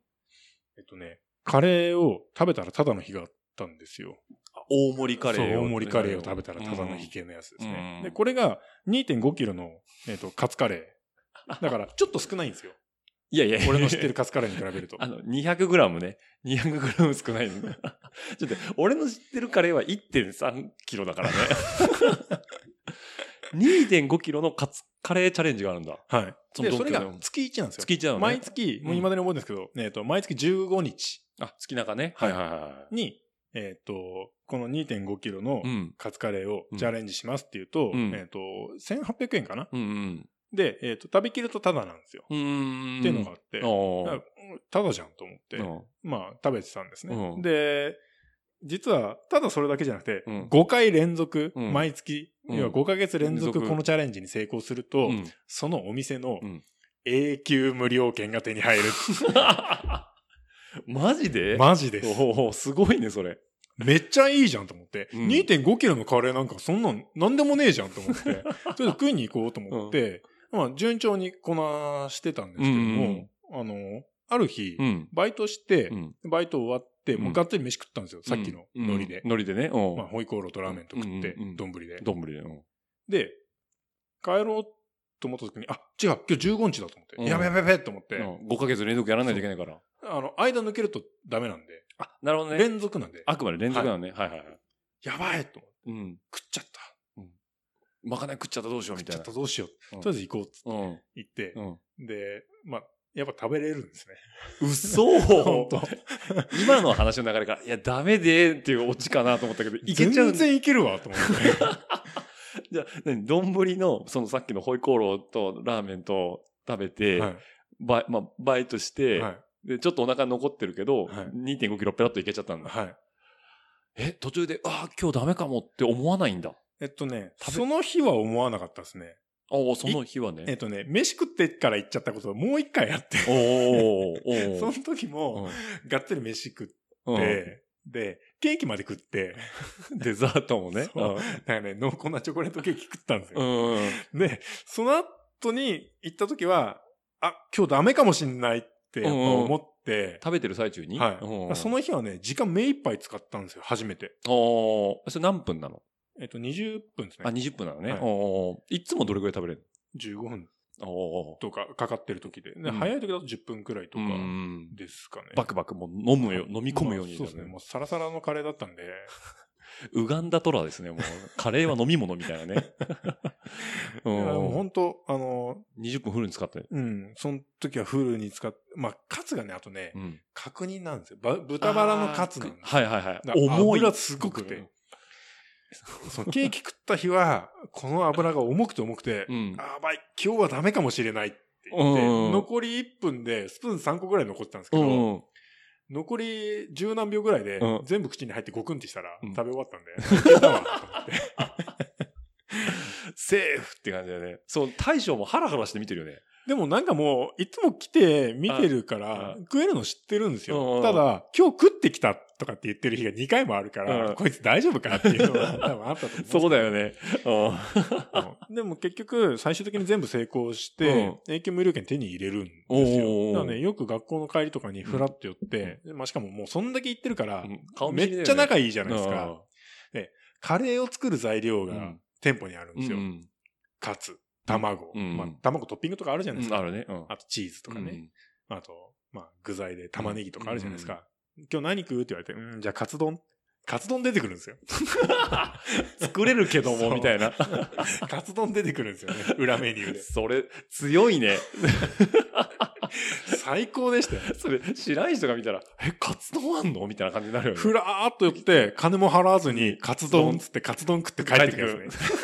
えっとね、カレーを食べたらただの日があったんですよ。あ大盛りカレーそう、大盛りカレーを食べたらただの日け系のやつですね。うんで、これが2.5キロの、えっ、と、カツカレー。だから、ちょっと少ないんですよ。いやいや俺の知ってるカツカレーに比べると。 あの、200グラムね。200グラム少ないね。 ちょっと、俺の知ってるカレーは1.3キロだ からね。2.5キロのカツ、カレーチャレンジがあるんだ。はい。そので、ドンそキれのが月1なんですよ。月1なのね。毎月、もう未だに覚えてるんですけど、えっ、と、毎月15日あ、月中ね。はいはいはに、えっ、と、この2.5キロのい。うん。カツカレーをチャレンジしますっていうと、うんえっ、と、1800円かなうんうん。で、えっ、と、食べきるとタダなんですよ。うーん。っていうのがあって、ああ。タダじゃんと思って、うんまあ、食べてたんですね。うんで、実は、ただそれだけじゃなくて、うん5回連続、うん毎月、うん要は5ヶ月連連続続このチャレンジに成功すると、うんそのお店のうん永久無料券が手に入る。 マジ でマジです。おおすごいね、それ。めっちゃいいじゃんと思って、うん2.5キロのカレーなんかそんなん、なんでもねえじゃんと思 って、とりあえず食いに行こうと思って、まあ、順調にこなしてたんですけども、あの、ある日、ん。バイトして、うんバイト終わって、もううんがっつり飯食ったんですよ、さっきの海苔で。うん海苔でね。うんまあ、ホイコーローとラーメンと食ってうんうんうん、丼で。丼で。うんで、帰ろうと思った時に、あ、違う、今日15日だと思って、うんやべやべやべと思って、うん5ヶ月連続やらないといけないから。あの、間抜けるとダメなんで、あ、なるほどね。連続なんで、あくまで連続なのね。はいはいはい。やばいと思って、うん。食っちゃった。まかない食っちゃったどうしようみたいちょなっと。どうしようう。んとりあえず行こうっつってうん。言ってう、ん。で、まあ、やっぱ食べれるんですね。嘘本当今の話の流れから、いや、ダメでっていうオチかなと思ったけど、いけちゃうんだ。全然いけるわ、と思って。じゃあ、何丼の、そのさっきのホイコーローとラーメンと食べて、はバイまあ、バイトしい。て、はい。で、ちょっとお腹残ってるけど、はい2.5キロペラッといけちゃったんだ。はい。え、途中で、ああ、今日ダメかもって思わないんだ。あえっとね、食べその日は思わなかったですね。あ、その日はえねっ。とね、飯食ってから行っちゃったことがもう一回あって、おーお ーその時も、がっつり飯食っうんて、で、ケーキまで 食って、うんデザートもね。そうなんかね、濃厚なチョコレートケーキ食ったんですうよ。んうん。で、その後に行った時は、あ、今日ダメかもしんないってやっぱ思って、食べてる最中にはい。その日はね、時間目いっぱい使ったんですよ、初めて。おーそれ何分なのえっと、20分ですあ、ね。 20分なのね。はいおーいつもどれくらい食べれる15分おーとか、かかってる時で。でうん早い時だと10分くらいとかうんですかね。バクバクもう飲むよ、飲み込むように、まあそうですね。もうサラサラのカレーだったんで、ウガンダトラですね、 もう。カレーは飲み物みたいなね。ういやでもん。本当あの、 20分フルに使って。うん、その時はフルに使って、まあ、カツがね、あとねう、ん。確認なんですよ。ば豚バラのカツなんです。はいはいはいだ。から重い。油すごくて。そのケーキ食った日は、この油が重くて重くてう、ん。あばい、今日はダメかもしれないって言って、うん残り1分でスプーン3個ぐらい残ってたんですけうど、ん。残り十何秒ぐらいで、うん全部口に入ってゴクンってしたら、うん食べ終わったんで、いけた わと思ってセーフって感じだね。そう、大将もハラハラして見てるよね。でもなんかもう、いつも来て見てるかあら、食えるの知ってるんですうよ。んただ、今日食ってきたとかって言ってる日が2回もあるかうんら、こいつ大丈夫かっていうの が多分あったと思うんですけど。ね。うん。でも結局、最終的に全部成功して、永久無料券手に入れるんですおーよ。なので、よく学校の帰りとかにフラッと寄って、まあしかももうそんだけ行ってるから、めっちゃ仲いいじゃいないですか。。カレーを作る材料うがん店舗にあるんうんですよ。うんカツ、卵、うんまあ、卵トッピングとかあるじゃないですうん。か。あるね。うんあとチーズとかね。。あと、まあ、具材で玉ねぎとかあるじゃないですか。今日何食うって言われて、うん、じゃあカツ丼。カツ丼出てくるん ですよ。作れるけどそも、うみたいな。カツ丼出てくるんですよね。裏メニューで。それ、強いね。最高でしたよ。それ、知らない人が見たら、え、カツ丼あんのみたいな感じになるよね。ふらーっと寄って、金も払わずに、カツ丼っつって、カツ丼食って帰ってくるんですね。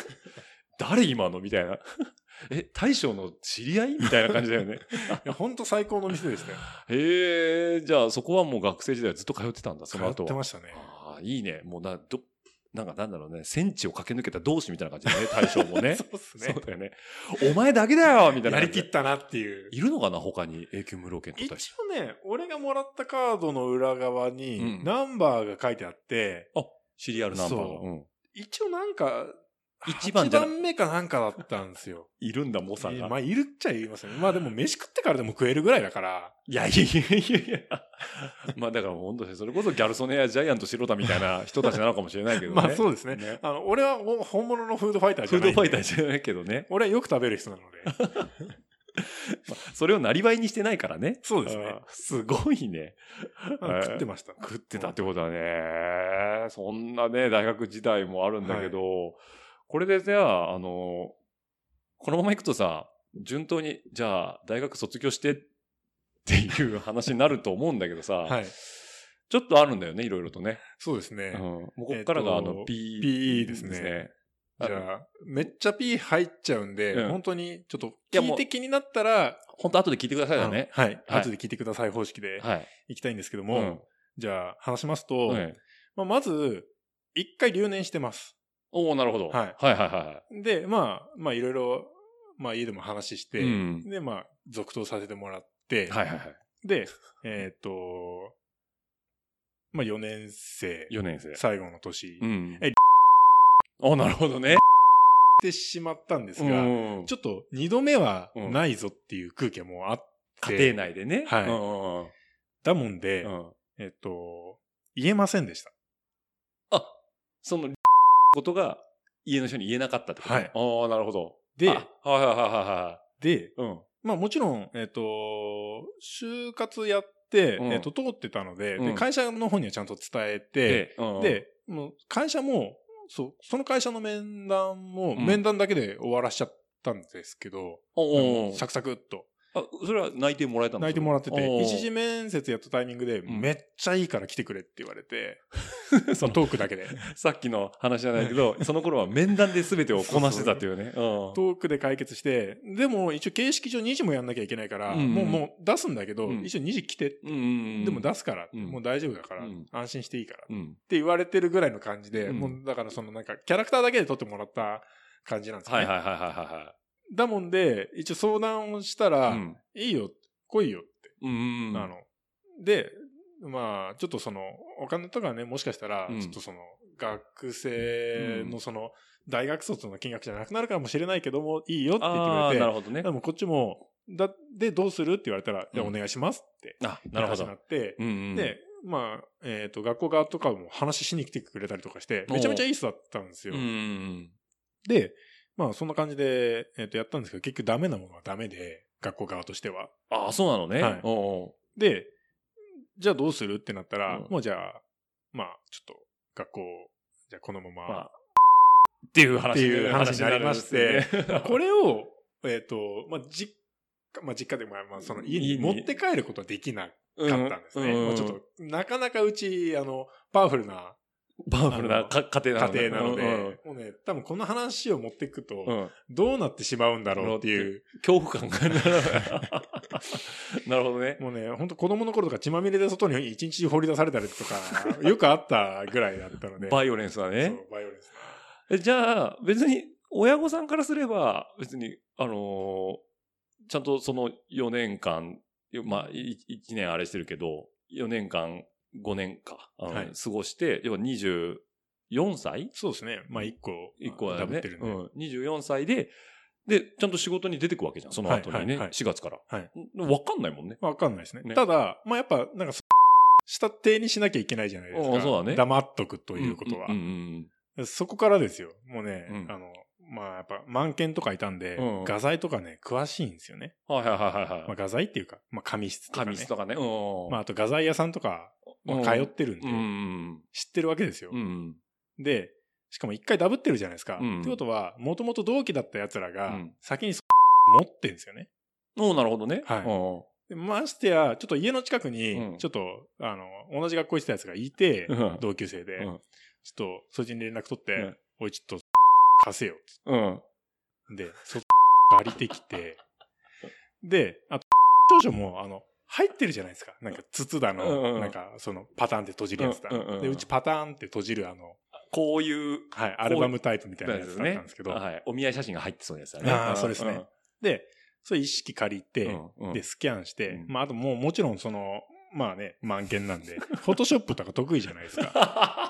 誰今のみたいな。 え、大将の知り合いみたいな感じだよね。 いや、ほんと最高の店でしたよ。へえ、じゃあそこはもう学生時代ずっと通ってたんだ、その通後っては。ましたね。ああ、いいね。もうな、ど、なんかなんだろうね。戦地を駆け抜けた同志みたいな感じだね、大将もね。 そうっすそねう。だよね。お前だけだよみたいなや感りじきで。ったなっていう。いるのかな他に永久無料券取っ一た人。応ね、俺がもらったカードの裏側うにん、ナンバーが書いてあって、シリアルナンバーのそううん一応なんか、一一番番じゃない目かなんかだったんですよ。いるんだ、猛者いやが。まあ、いるっちゃいますよね。まあでも、飯食ってからでも食えるぐらい だから。いやいやいやいやいや。 まあだから本当にそれこそギャルソネやジャイアント白田みたいな人たちなのかもしれないけどね。 まあそうですね。ねあの、俺はほ本物のフードファイターじフゃーなドいんフで。ァイターじゃないけどね。俺はよく食べる人なの で。それをなりわいにしてないからね。そうですねあ。ーすごいね。うん食ってました。食ってたってことだね。そんなね、大学時代もあるんだけど、これでじゃあ、あの、このままいくとさ、順当に、じゃあ、大学卒業してっていう話になると思うんだけどさ、はい。ちょっとあるんだよね、いろいろとね。そうですうん、ね。もうこっからが、あえっの、と P PE ですねあじのゃあ、めっちゃ P 入っちゃうんで、うん本当にちょっとやも聞ういて気になったら、本当後で聞いてくださいだね。あのはい。はい後で聞いてください方式ではい。いきたいんですけどうもん、じゃあ話しますと、はいまあまず、一回留年してます。おおなるほど。はいはいはいはで、まあ、まあいろいろ、まあ家でも話して、うんで、まあ、続投させてもらってい。、はいはいはい。で、えーっと、まあ4年生、 4年生。最後の年、うっん。えおなるほどね。てしまったんですが、うんちょっと二度目はないぞっていう空気はもうあっ家庭内でね。はいい。たもんで、うんえっと、言えませんでした。その、ことが家の人に言えなかったってことはいああ、なるほど。であはいはいはいはで、いはい。うん。まあもちろん、えっと、就活やって、うんえっと、通ってたので,、うんで、会社の方にはちゃんと伝えて、、うん、で、もう会社も、そう、その会社の面談も、うん面談だけで終わらしちゃったんですけど、おうおうサクサクっとあ、それは内定もらえたの泣いてもらってて、一時目。面接やったタイミングで、んめっちゃいいから来てくれって言わ れて、そのトークだけで。さっきの話じゃないけ ど、その頃は面談で全てをこなしてたっていうね。うんトークで解決して、でも一応形式上2時もやんなきゃいけないから、うんうんもうもう出すんだけど、うん一応2時来て、うんうんうん。でも出すからって、うんもう大丈夫だから、うん安心していいからってうん。言われてるぐらいの感じで、うんもうだからそのなんかキャラクターだけで撮ってもらった感じなんですよはね。いはいはいはいはだもんで、一応相談をしたいら、はい。うん。いいよ、来いよって、うんうん。あの、で、まあ、ちょっとその、お金とかね、もしかしたら、うんちょっとその、学生のその、大学卒の金額じゃなくなるかもしれないけども、いいよって言ってくあーれてな、るほどねで。もこっちも、だ、で、どうするって言われたら、じゃあうおん願いしますって、あ、なるほ話どにな。って、うんうん、で、まあ、えっ、と、学校側とかも話しに来てくれたりとかして、めちゃめちゃいい人だったんですよ。うんうんうん。で、まあそんな感じで、えっ、とやったんですけど、結局ダメなものはダメで、学校側としては。ああ、そうなのね。はいおうおうで、じゃあどうするってなったうら、んもうじゃあ、まあちょっと学校、じゃあこのまま、まあっていう話っていう話になりまして話になりましてこれを、えっ、と、まあ実家、まあ実家でも、まあその家家にに持って帰ることはできなかうったんんですね。うんまあちょっと、なかなかうち、あの、パワフルなパワフルなか家庭なので。家庭なので、うんうんもうね、多分この話を持っていくと、うんどうなってしまうんだろうっていう、恐怖感 がな る。なるほどね。もうね、本当子供の頃とか血まみれで外に一日中放り出されたりとか、よくあったぐらいだったので。バイオレンスはねそ。うバイオレンス。えじゃあ、別に、親御さんからすれば、別に、あのーちゃんとその4年間、よまあ、1年あれしてるけど、4年間、5年か、あのはい過ごして、要は24歳そうですね。まあ一個、一個だダよブねってるんうで。ん。24歳で、で、ちゃんと仕事に出てくわけじゃん、その後にね。はいはいはい4月から。はいわかんないもんね。わかんないですね。ねただ、まあやっぱ、なんかそ、下手にしなきゃいけないじゃないですあか。そうだね黙っとくということは。うんうんそこからですよ。もうね、うんあの、まあやっぱ、満件とかいたんで、うん画材とかね、詳しいんですよね。うん。はいはいはいはいまはあい。画材っていうか、まあ紙質とか、ね。紙質とかね。うん。まああと画材屋さんとか、まあ、通ってるんで、うんうん知ってるわけですよ。うん。うんで、しかも一回ダブってるじゃないですか。うんってことは、もともと同期だった奴らうがん、先にそ持ってんですよね。うん。おーなるほどね。はいうんでましてや、ちょっと家の近くうんに、ちょっと、あの、同じ学校行ってた奴がいて、うん同級生で、うんちょっと、そいつに連絡取っうんて、おい、ちょっと、貸せよ。うん。で、そ、借りてきて、で、あと、少々も、あの、入ってるじゃないですか。なんか、筒だうんうんの、なんか、その、パターンって閉じるやつだ。うんうんうんで、うちパターンって閉じる、あの、こういう、はい、アルバムタイプみたいなやつだったんですけど、はい。お見合い写真が入ってそうなやつだね。ああ、そうですね。で、それ一式借りうん。て、うんうんで、スキャンして、うんまあ、あともうもちろんその、まあね、満件なん で、フォトショップとか得意じゃないですか。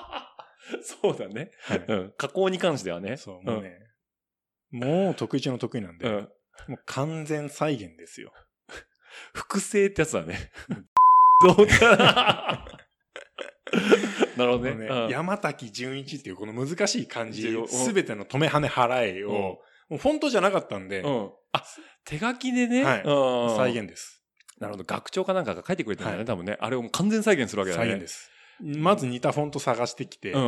そうだね。はいうん。加工に関してはね。そう、もうね、もう得意中の得意なんで、うん。うん。もう完全再現ですよ。複製ってやつだ ね。どうか。なるほどね。もうねうん山滝純一っていうこの難しい漢字う、んすべての止め跳ね払いを、うんもうフォントじゃなかったんで、うん。あ、手書きでね。はいうん再。現です。なるほど。学長かなんかが書いてくれてるんだね、はい多分ね。あれをもう完全再現するわけだね。再現です。まず似たフォント探してきて、うん。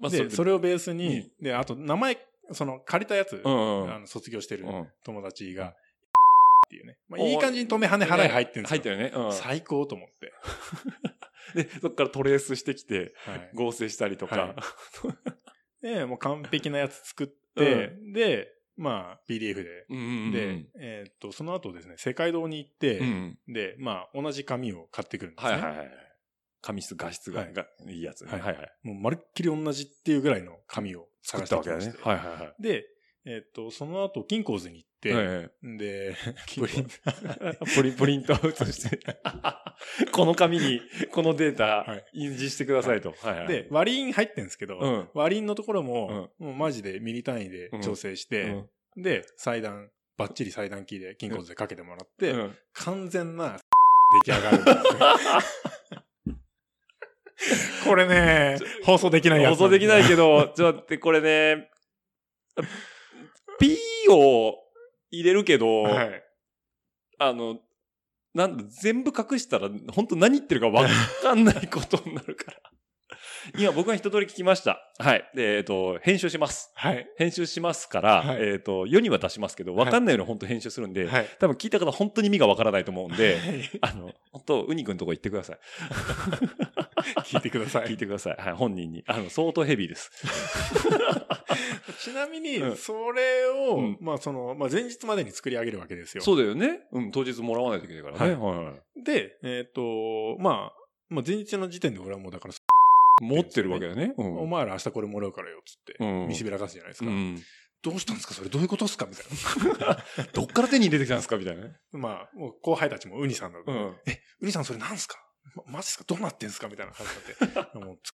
まあで、それをベースに、うで、あと名前、その借りたやつ、うんうんあの卒業してるうん友達が、っていうね。まあ、おーいい感じに止め跳ね払い入ってるんです入よ。ってるね。うん。最高と思って。で、そこからトレースしてきて、はい合成したりとか。はいで、もう完璧なやつ作って、で、まあ、PDF で。うんうんうんで、えーっと、その後ですね、世界堂に行って、うん。で、まあ、同じ紙を買ってくるんですはね。いはいはい。紙質、画質が、はいがいいやつね。ははいいはい。もう、まるっきり同じっていうぐらいの紙を作探っしたてきわけだましねて。。はいはいはい。で、えーっと、その後、金鉱図に行って、ええで、プリンプリン、 プリントアウトして、 この紙に、このデータはい、印字してくださいと。はいはい。 で、、割り印入ってんですけど、うん。割り印のところも、もうマジでミリ単位で調整しうて、んで、裁断、バッチリ裁断キーで金骨でかけてもらっうて、ん完全な、 出来上がるんですよ これね、放送できないやつ。放送できないど。けど、ちょっと待って、これね、P を入れるけど、はい。あの、なんだ全部隠したら、本当何言ってるかわかんないことになる から。今僕が一通り聞きました。はい。でえっ、と、編集します。はい。編集しますから、はいえっ、と、世には出しますけど、わかんないように本当編集するんで、はい。多分聞いた方本当に意味がわからないと思うん で、はいあの、本当、ウニ君のとこ行ってください。聞いてくださ聞いい。てください。はい、本人に。あの、相当ヘビーです。ちなみにうん、それを、うんまあその、まあ前日までに作り上げるわけですよ。そうだよね。うん、当日もらわないといけないからね。はいはいで、えっ、と、まあ、まあ前日の時点で俺はもうだから、持ってるわけだね。うおん。前ら明日これもらうからよ、つって、うん見せびらかすじゃないですうか。ん、どうしたんですかそれどういうことですかみたいどっから手に入れてきたんですかみたいなね。な。 まあ、もう後輩たちもウニさんだと、うん。ウニさんそれなんすかま、マジっすかどうなってんすかみたいな感じにな って。もうつ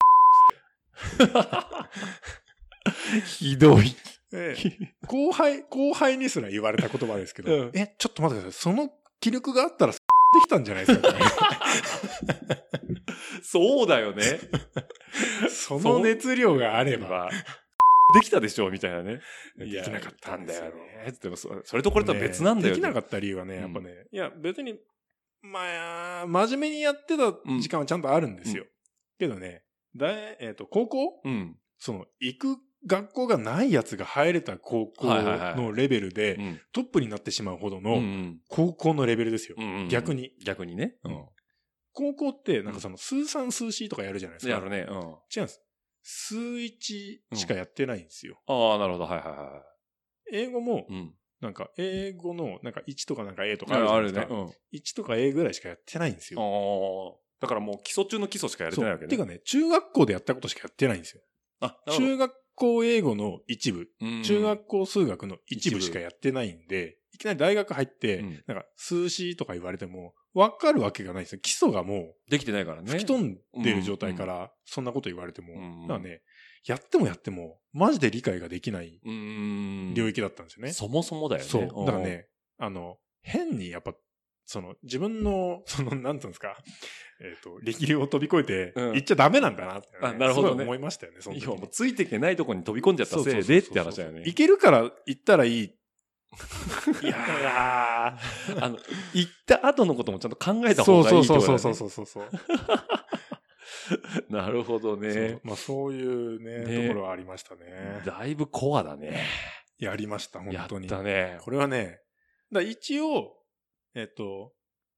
ひどい。ええ 後輩、後輩にすら言われた言葉ですけど、うんえ、ちょっと待ってください。その気力があったら、 できたんじゃないですか、 そうだよね。 その熱量があれば、できたでしょみたいなね。いやできなかったんだよでね。でもそ、それとこれとは別なんだよねできなかね。った理由はね、うんやっぱね、いや、別に、まあ、真面目にやってた時間はちゃんとあるんですよ。けどね、だいえっ、と、高校うん。その、行く学校がないやつが入れた高校はいはいはいのレベルでう、ん。トップになってしまうほどうんうのん高校のレベルですよ。うんうん。逆に。逆にね。うん。高校って、なんかその、数三数四とかやるじゃないですか。やるね。うん。違うんです。数一しかやってないんですよ。ああ、なるほど。はいはいは英語もい。、うん。なんか、英語の、なんか1とかなんか A とかあるじゃあるないですか。ね。うん。あ1とか A ぐらいしかやってないんですよ。あ。だからもう基礎中の基礎しかやれてそうないわけね。てかね、中学校でやったことしかやってないんですよ。あ、なるほど中学校英語の一部、中学校数学の一部一部しかやってないんで、いきなり大学入って、うんなんか数詞とか言われても、わかるわけがないんですよ。基礎がもできてないからうね。吹き飛んでる状態から、そんなこと言われても、うんだからね、やってもやっても、マジで理解ができないうん。領域だったんですよね。そもそもだよね。そう。んだから。ね、あの、変にやっぱ、その、自分の、 その、なんつうんですか、えっ、と、力量を飛び越えて、うん行っちゃダメなんだなって、ねあなるほどねすごい思いましたよね、そのい時や、もうついていけないとこに飛び込んじゃったせいでって話だよね。行けるから行ったらいい。い あやの、行った後のこともちゃんと考えーたそ方うがいいそうってそことだうそねうそうそうそうそう。なるほどね。まあそういうね、ねところはありましたね。だいぶコアだね。やりました、本や当っに。たね。これはね、だから一応、えっ、と、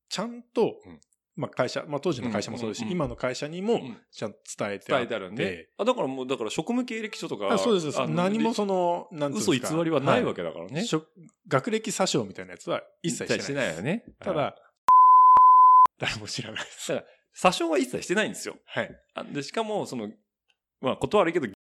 ちゃんと、うんまあ会社、まあ当時の会社もそうですし、うんうんうん今の会社にも、うんちゃんと伝えて伝あえっててあるね。あ、だからもう、だから職務経歴書とか。あそうですそあうです。の何もその、なんていうん嘘で偽すかりはないわけけだからね。学歴詐称みたいなやつは一切してない。いよね。たはい、だ、誰も知らないです。詐称は一切してないんですよ。はい。あで、しかも、その、まあ、断る けど、って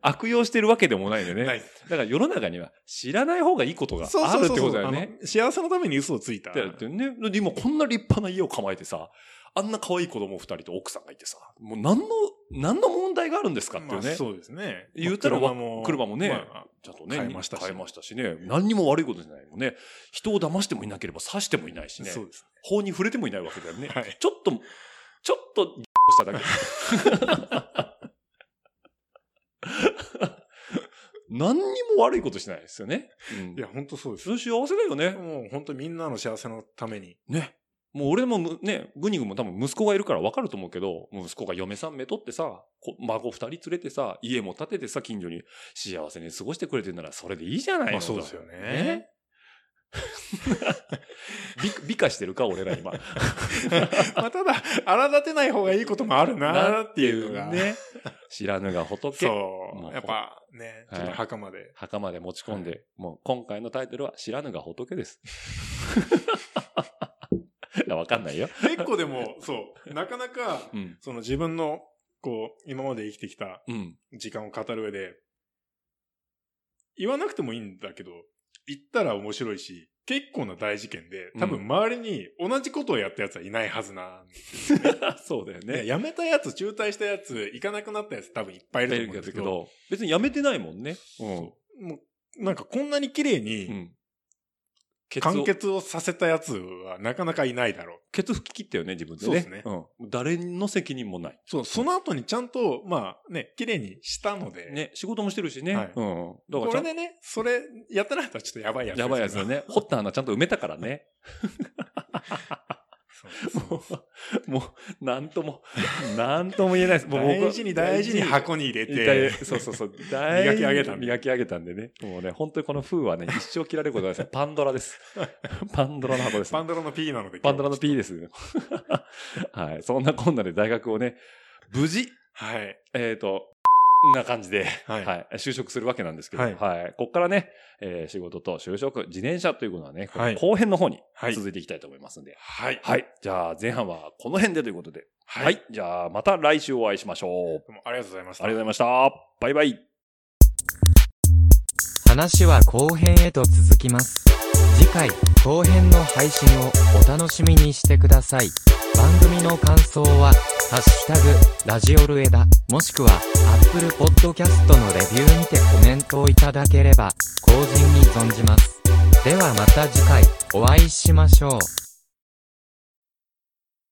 悪用してるわけでもないんだよね。ないだから世の中には知らない方がいいことがそうあそうるっそうてそこうとだよね。あの幸せのために嘘をついた。だってね。で、今こんな立派な家を構えてさ、あんな可愛い子供二人と奥さんがいてさ、もう何の、何の問題があるんですかっていまうあね。そうですね。言うたらまあ車もねまあちゃんとね、変えましたし変えましたしね。何にも悪いことじゃないもんね。人を騙してもいなければ刺してもいないしね。そうです法に触れてもいないわけだよね。ね。はい。ちょっと、ちょっと、しただけ。 何にも悪いことしないですよね。うんいや、本当そうですそ。れ幸せだよね。もう本当みんなの幸せのために。ね。もう俺もむね、グニグも多分息子がいるから分かると思うけど、息子が嫁さんめとってさ、こ孫二人連れてさ、家も建ててさ、近所に幸せに過ごしてくれてるならそれでいいじゃないの、まあそうですよね。美美化してるか、俺ら 今。まあただ、荒立てない方がいいこともあるなーっていうのが。ね。知らぬがそ仏。もうう。やっぱね、ちょっと袴で。墓まで持ち込んで、もう今回のタイトルは知らぬが仏 です。いやわかんないよ。結構で も、そう、なかなか、うん。その自分の、こう、今まで生きてきたうん。 時間を語る上で、言わなくてもいいんだけど、言ったら面白いし、結構な大事件で、多分周りに同じことをやったやつはいないはずな、そうだよね。辞めたやつ、中退したやつ、行かなくなったやつ多分いっぱいいると思うんですけど、別にやめてないもんね。もう、なんかこんなに綺麗うにん。ケツを完結をさせたやつはなかなかいないだろう。ケツ吹き切ったよね、自分でね。そうですねうん。誰の責任もない。そう、その後にちゃんと、まあね、綺麗にしたので、ね、仕事もしてるしね。はいうん。だかこらちゃれんでね、それ、やってない人はちょっとやばいやつですやばいやつだ ね。掘った穴ちゃんと埋めたからね。そうもう、もう、なんとも、 なんとも言えないです。もう僕は大事に大事に箱に入れ一回て、そうそうそう。大事に磨き上げたんで磨き上げたんでね。もうね、本当にこの風はね、一生切られることはない です。パンドラです。パンドラの箱です。パンドラの P なので。パンドラの今日 P です。 はい。そんなこんなで大学をね、無事、はい。えっ、と、な感じで、ははいい、就職するわけなんですけど、ははいい、ここからね、えー仕事と就職、自転車ということはね、このはい後編の方にはい続いていきたいと思いますんで、はい。はい。じゃあ、前半はこの辺でということで、ははいい。じゃあ、また来週お会いしましょう。どうもありがとうございましたあり。がとうございました。バイバイ。話は後編へと続きます次回後編の配信をお楽しみにしてください番組の感想は「ハッシュタグラジオルエダ」もしくは Apple Podcast のレビューにてコメントをいただければ後陣に存じますではまた次回お会いしましょう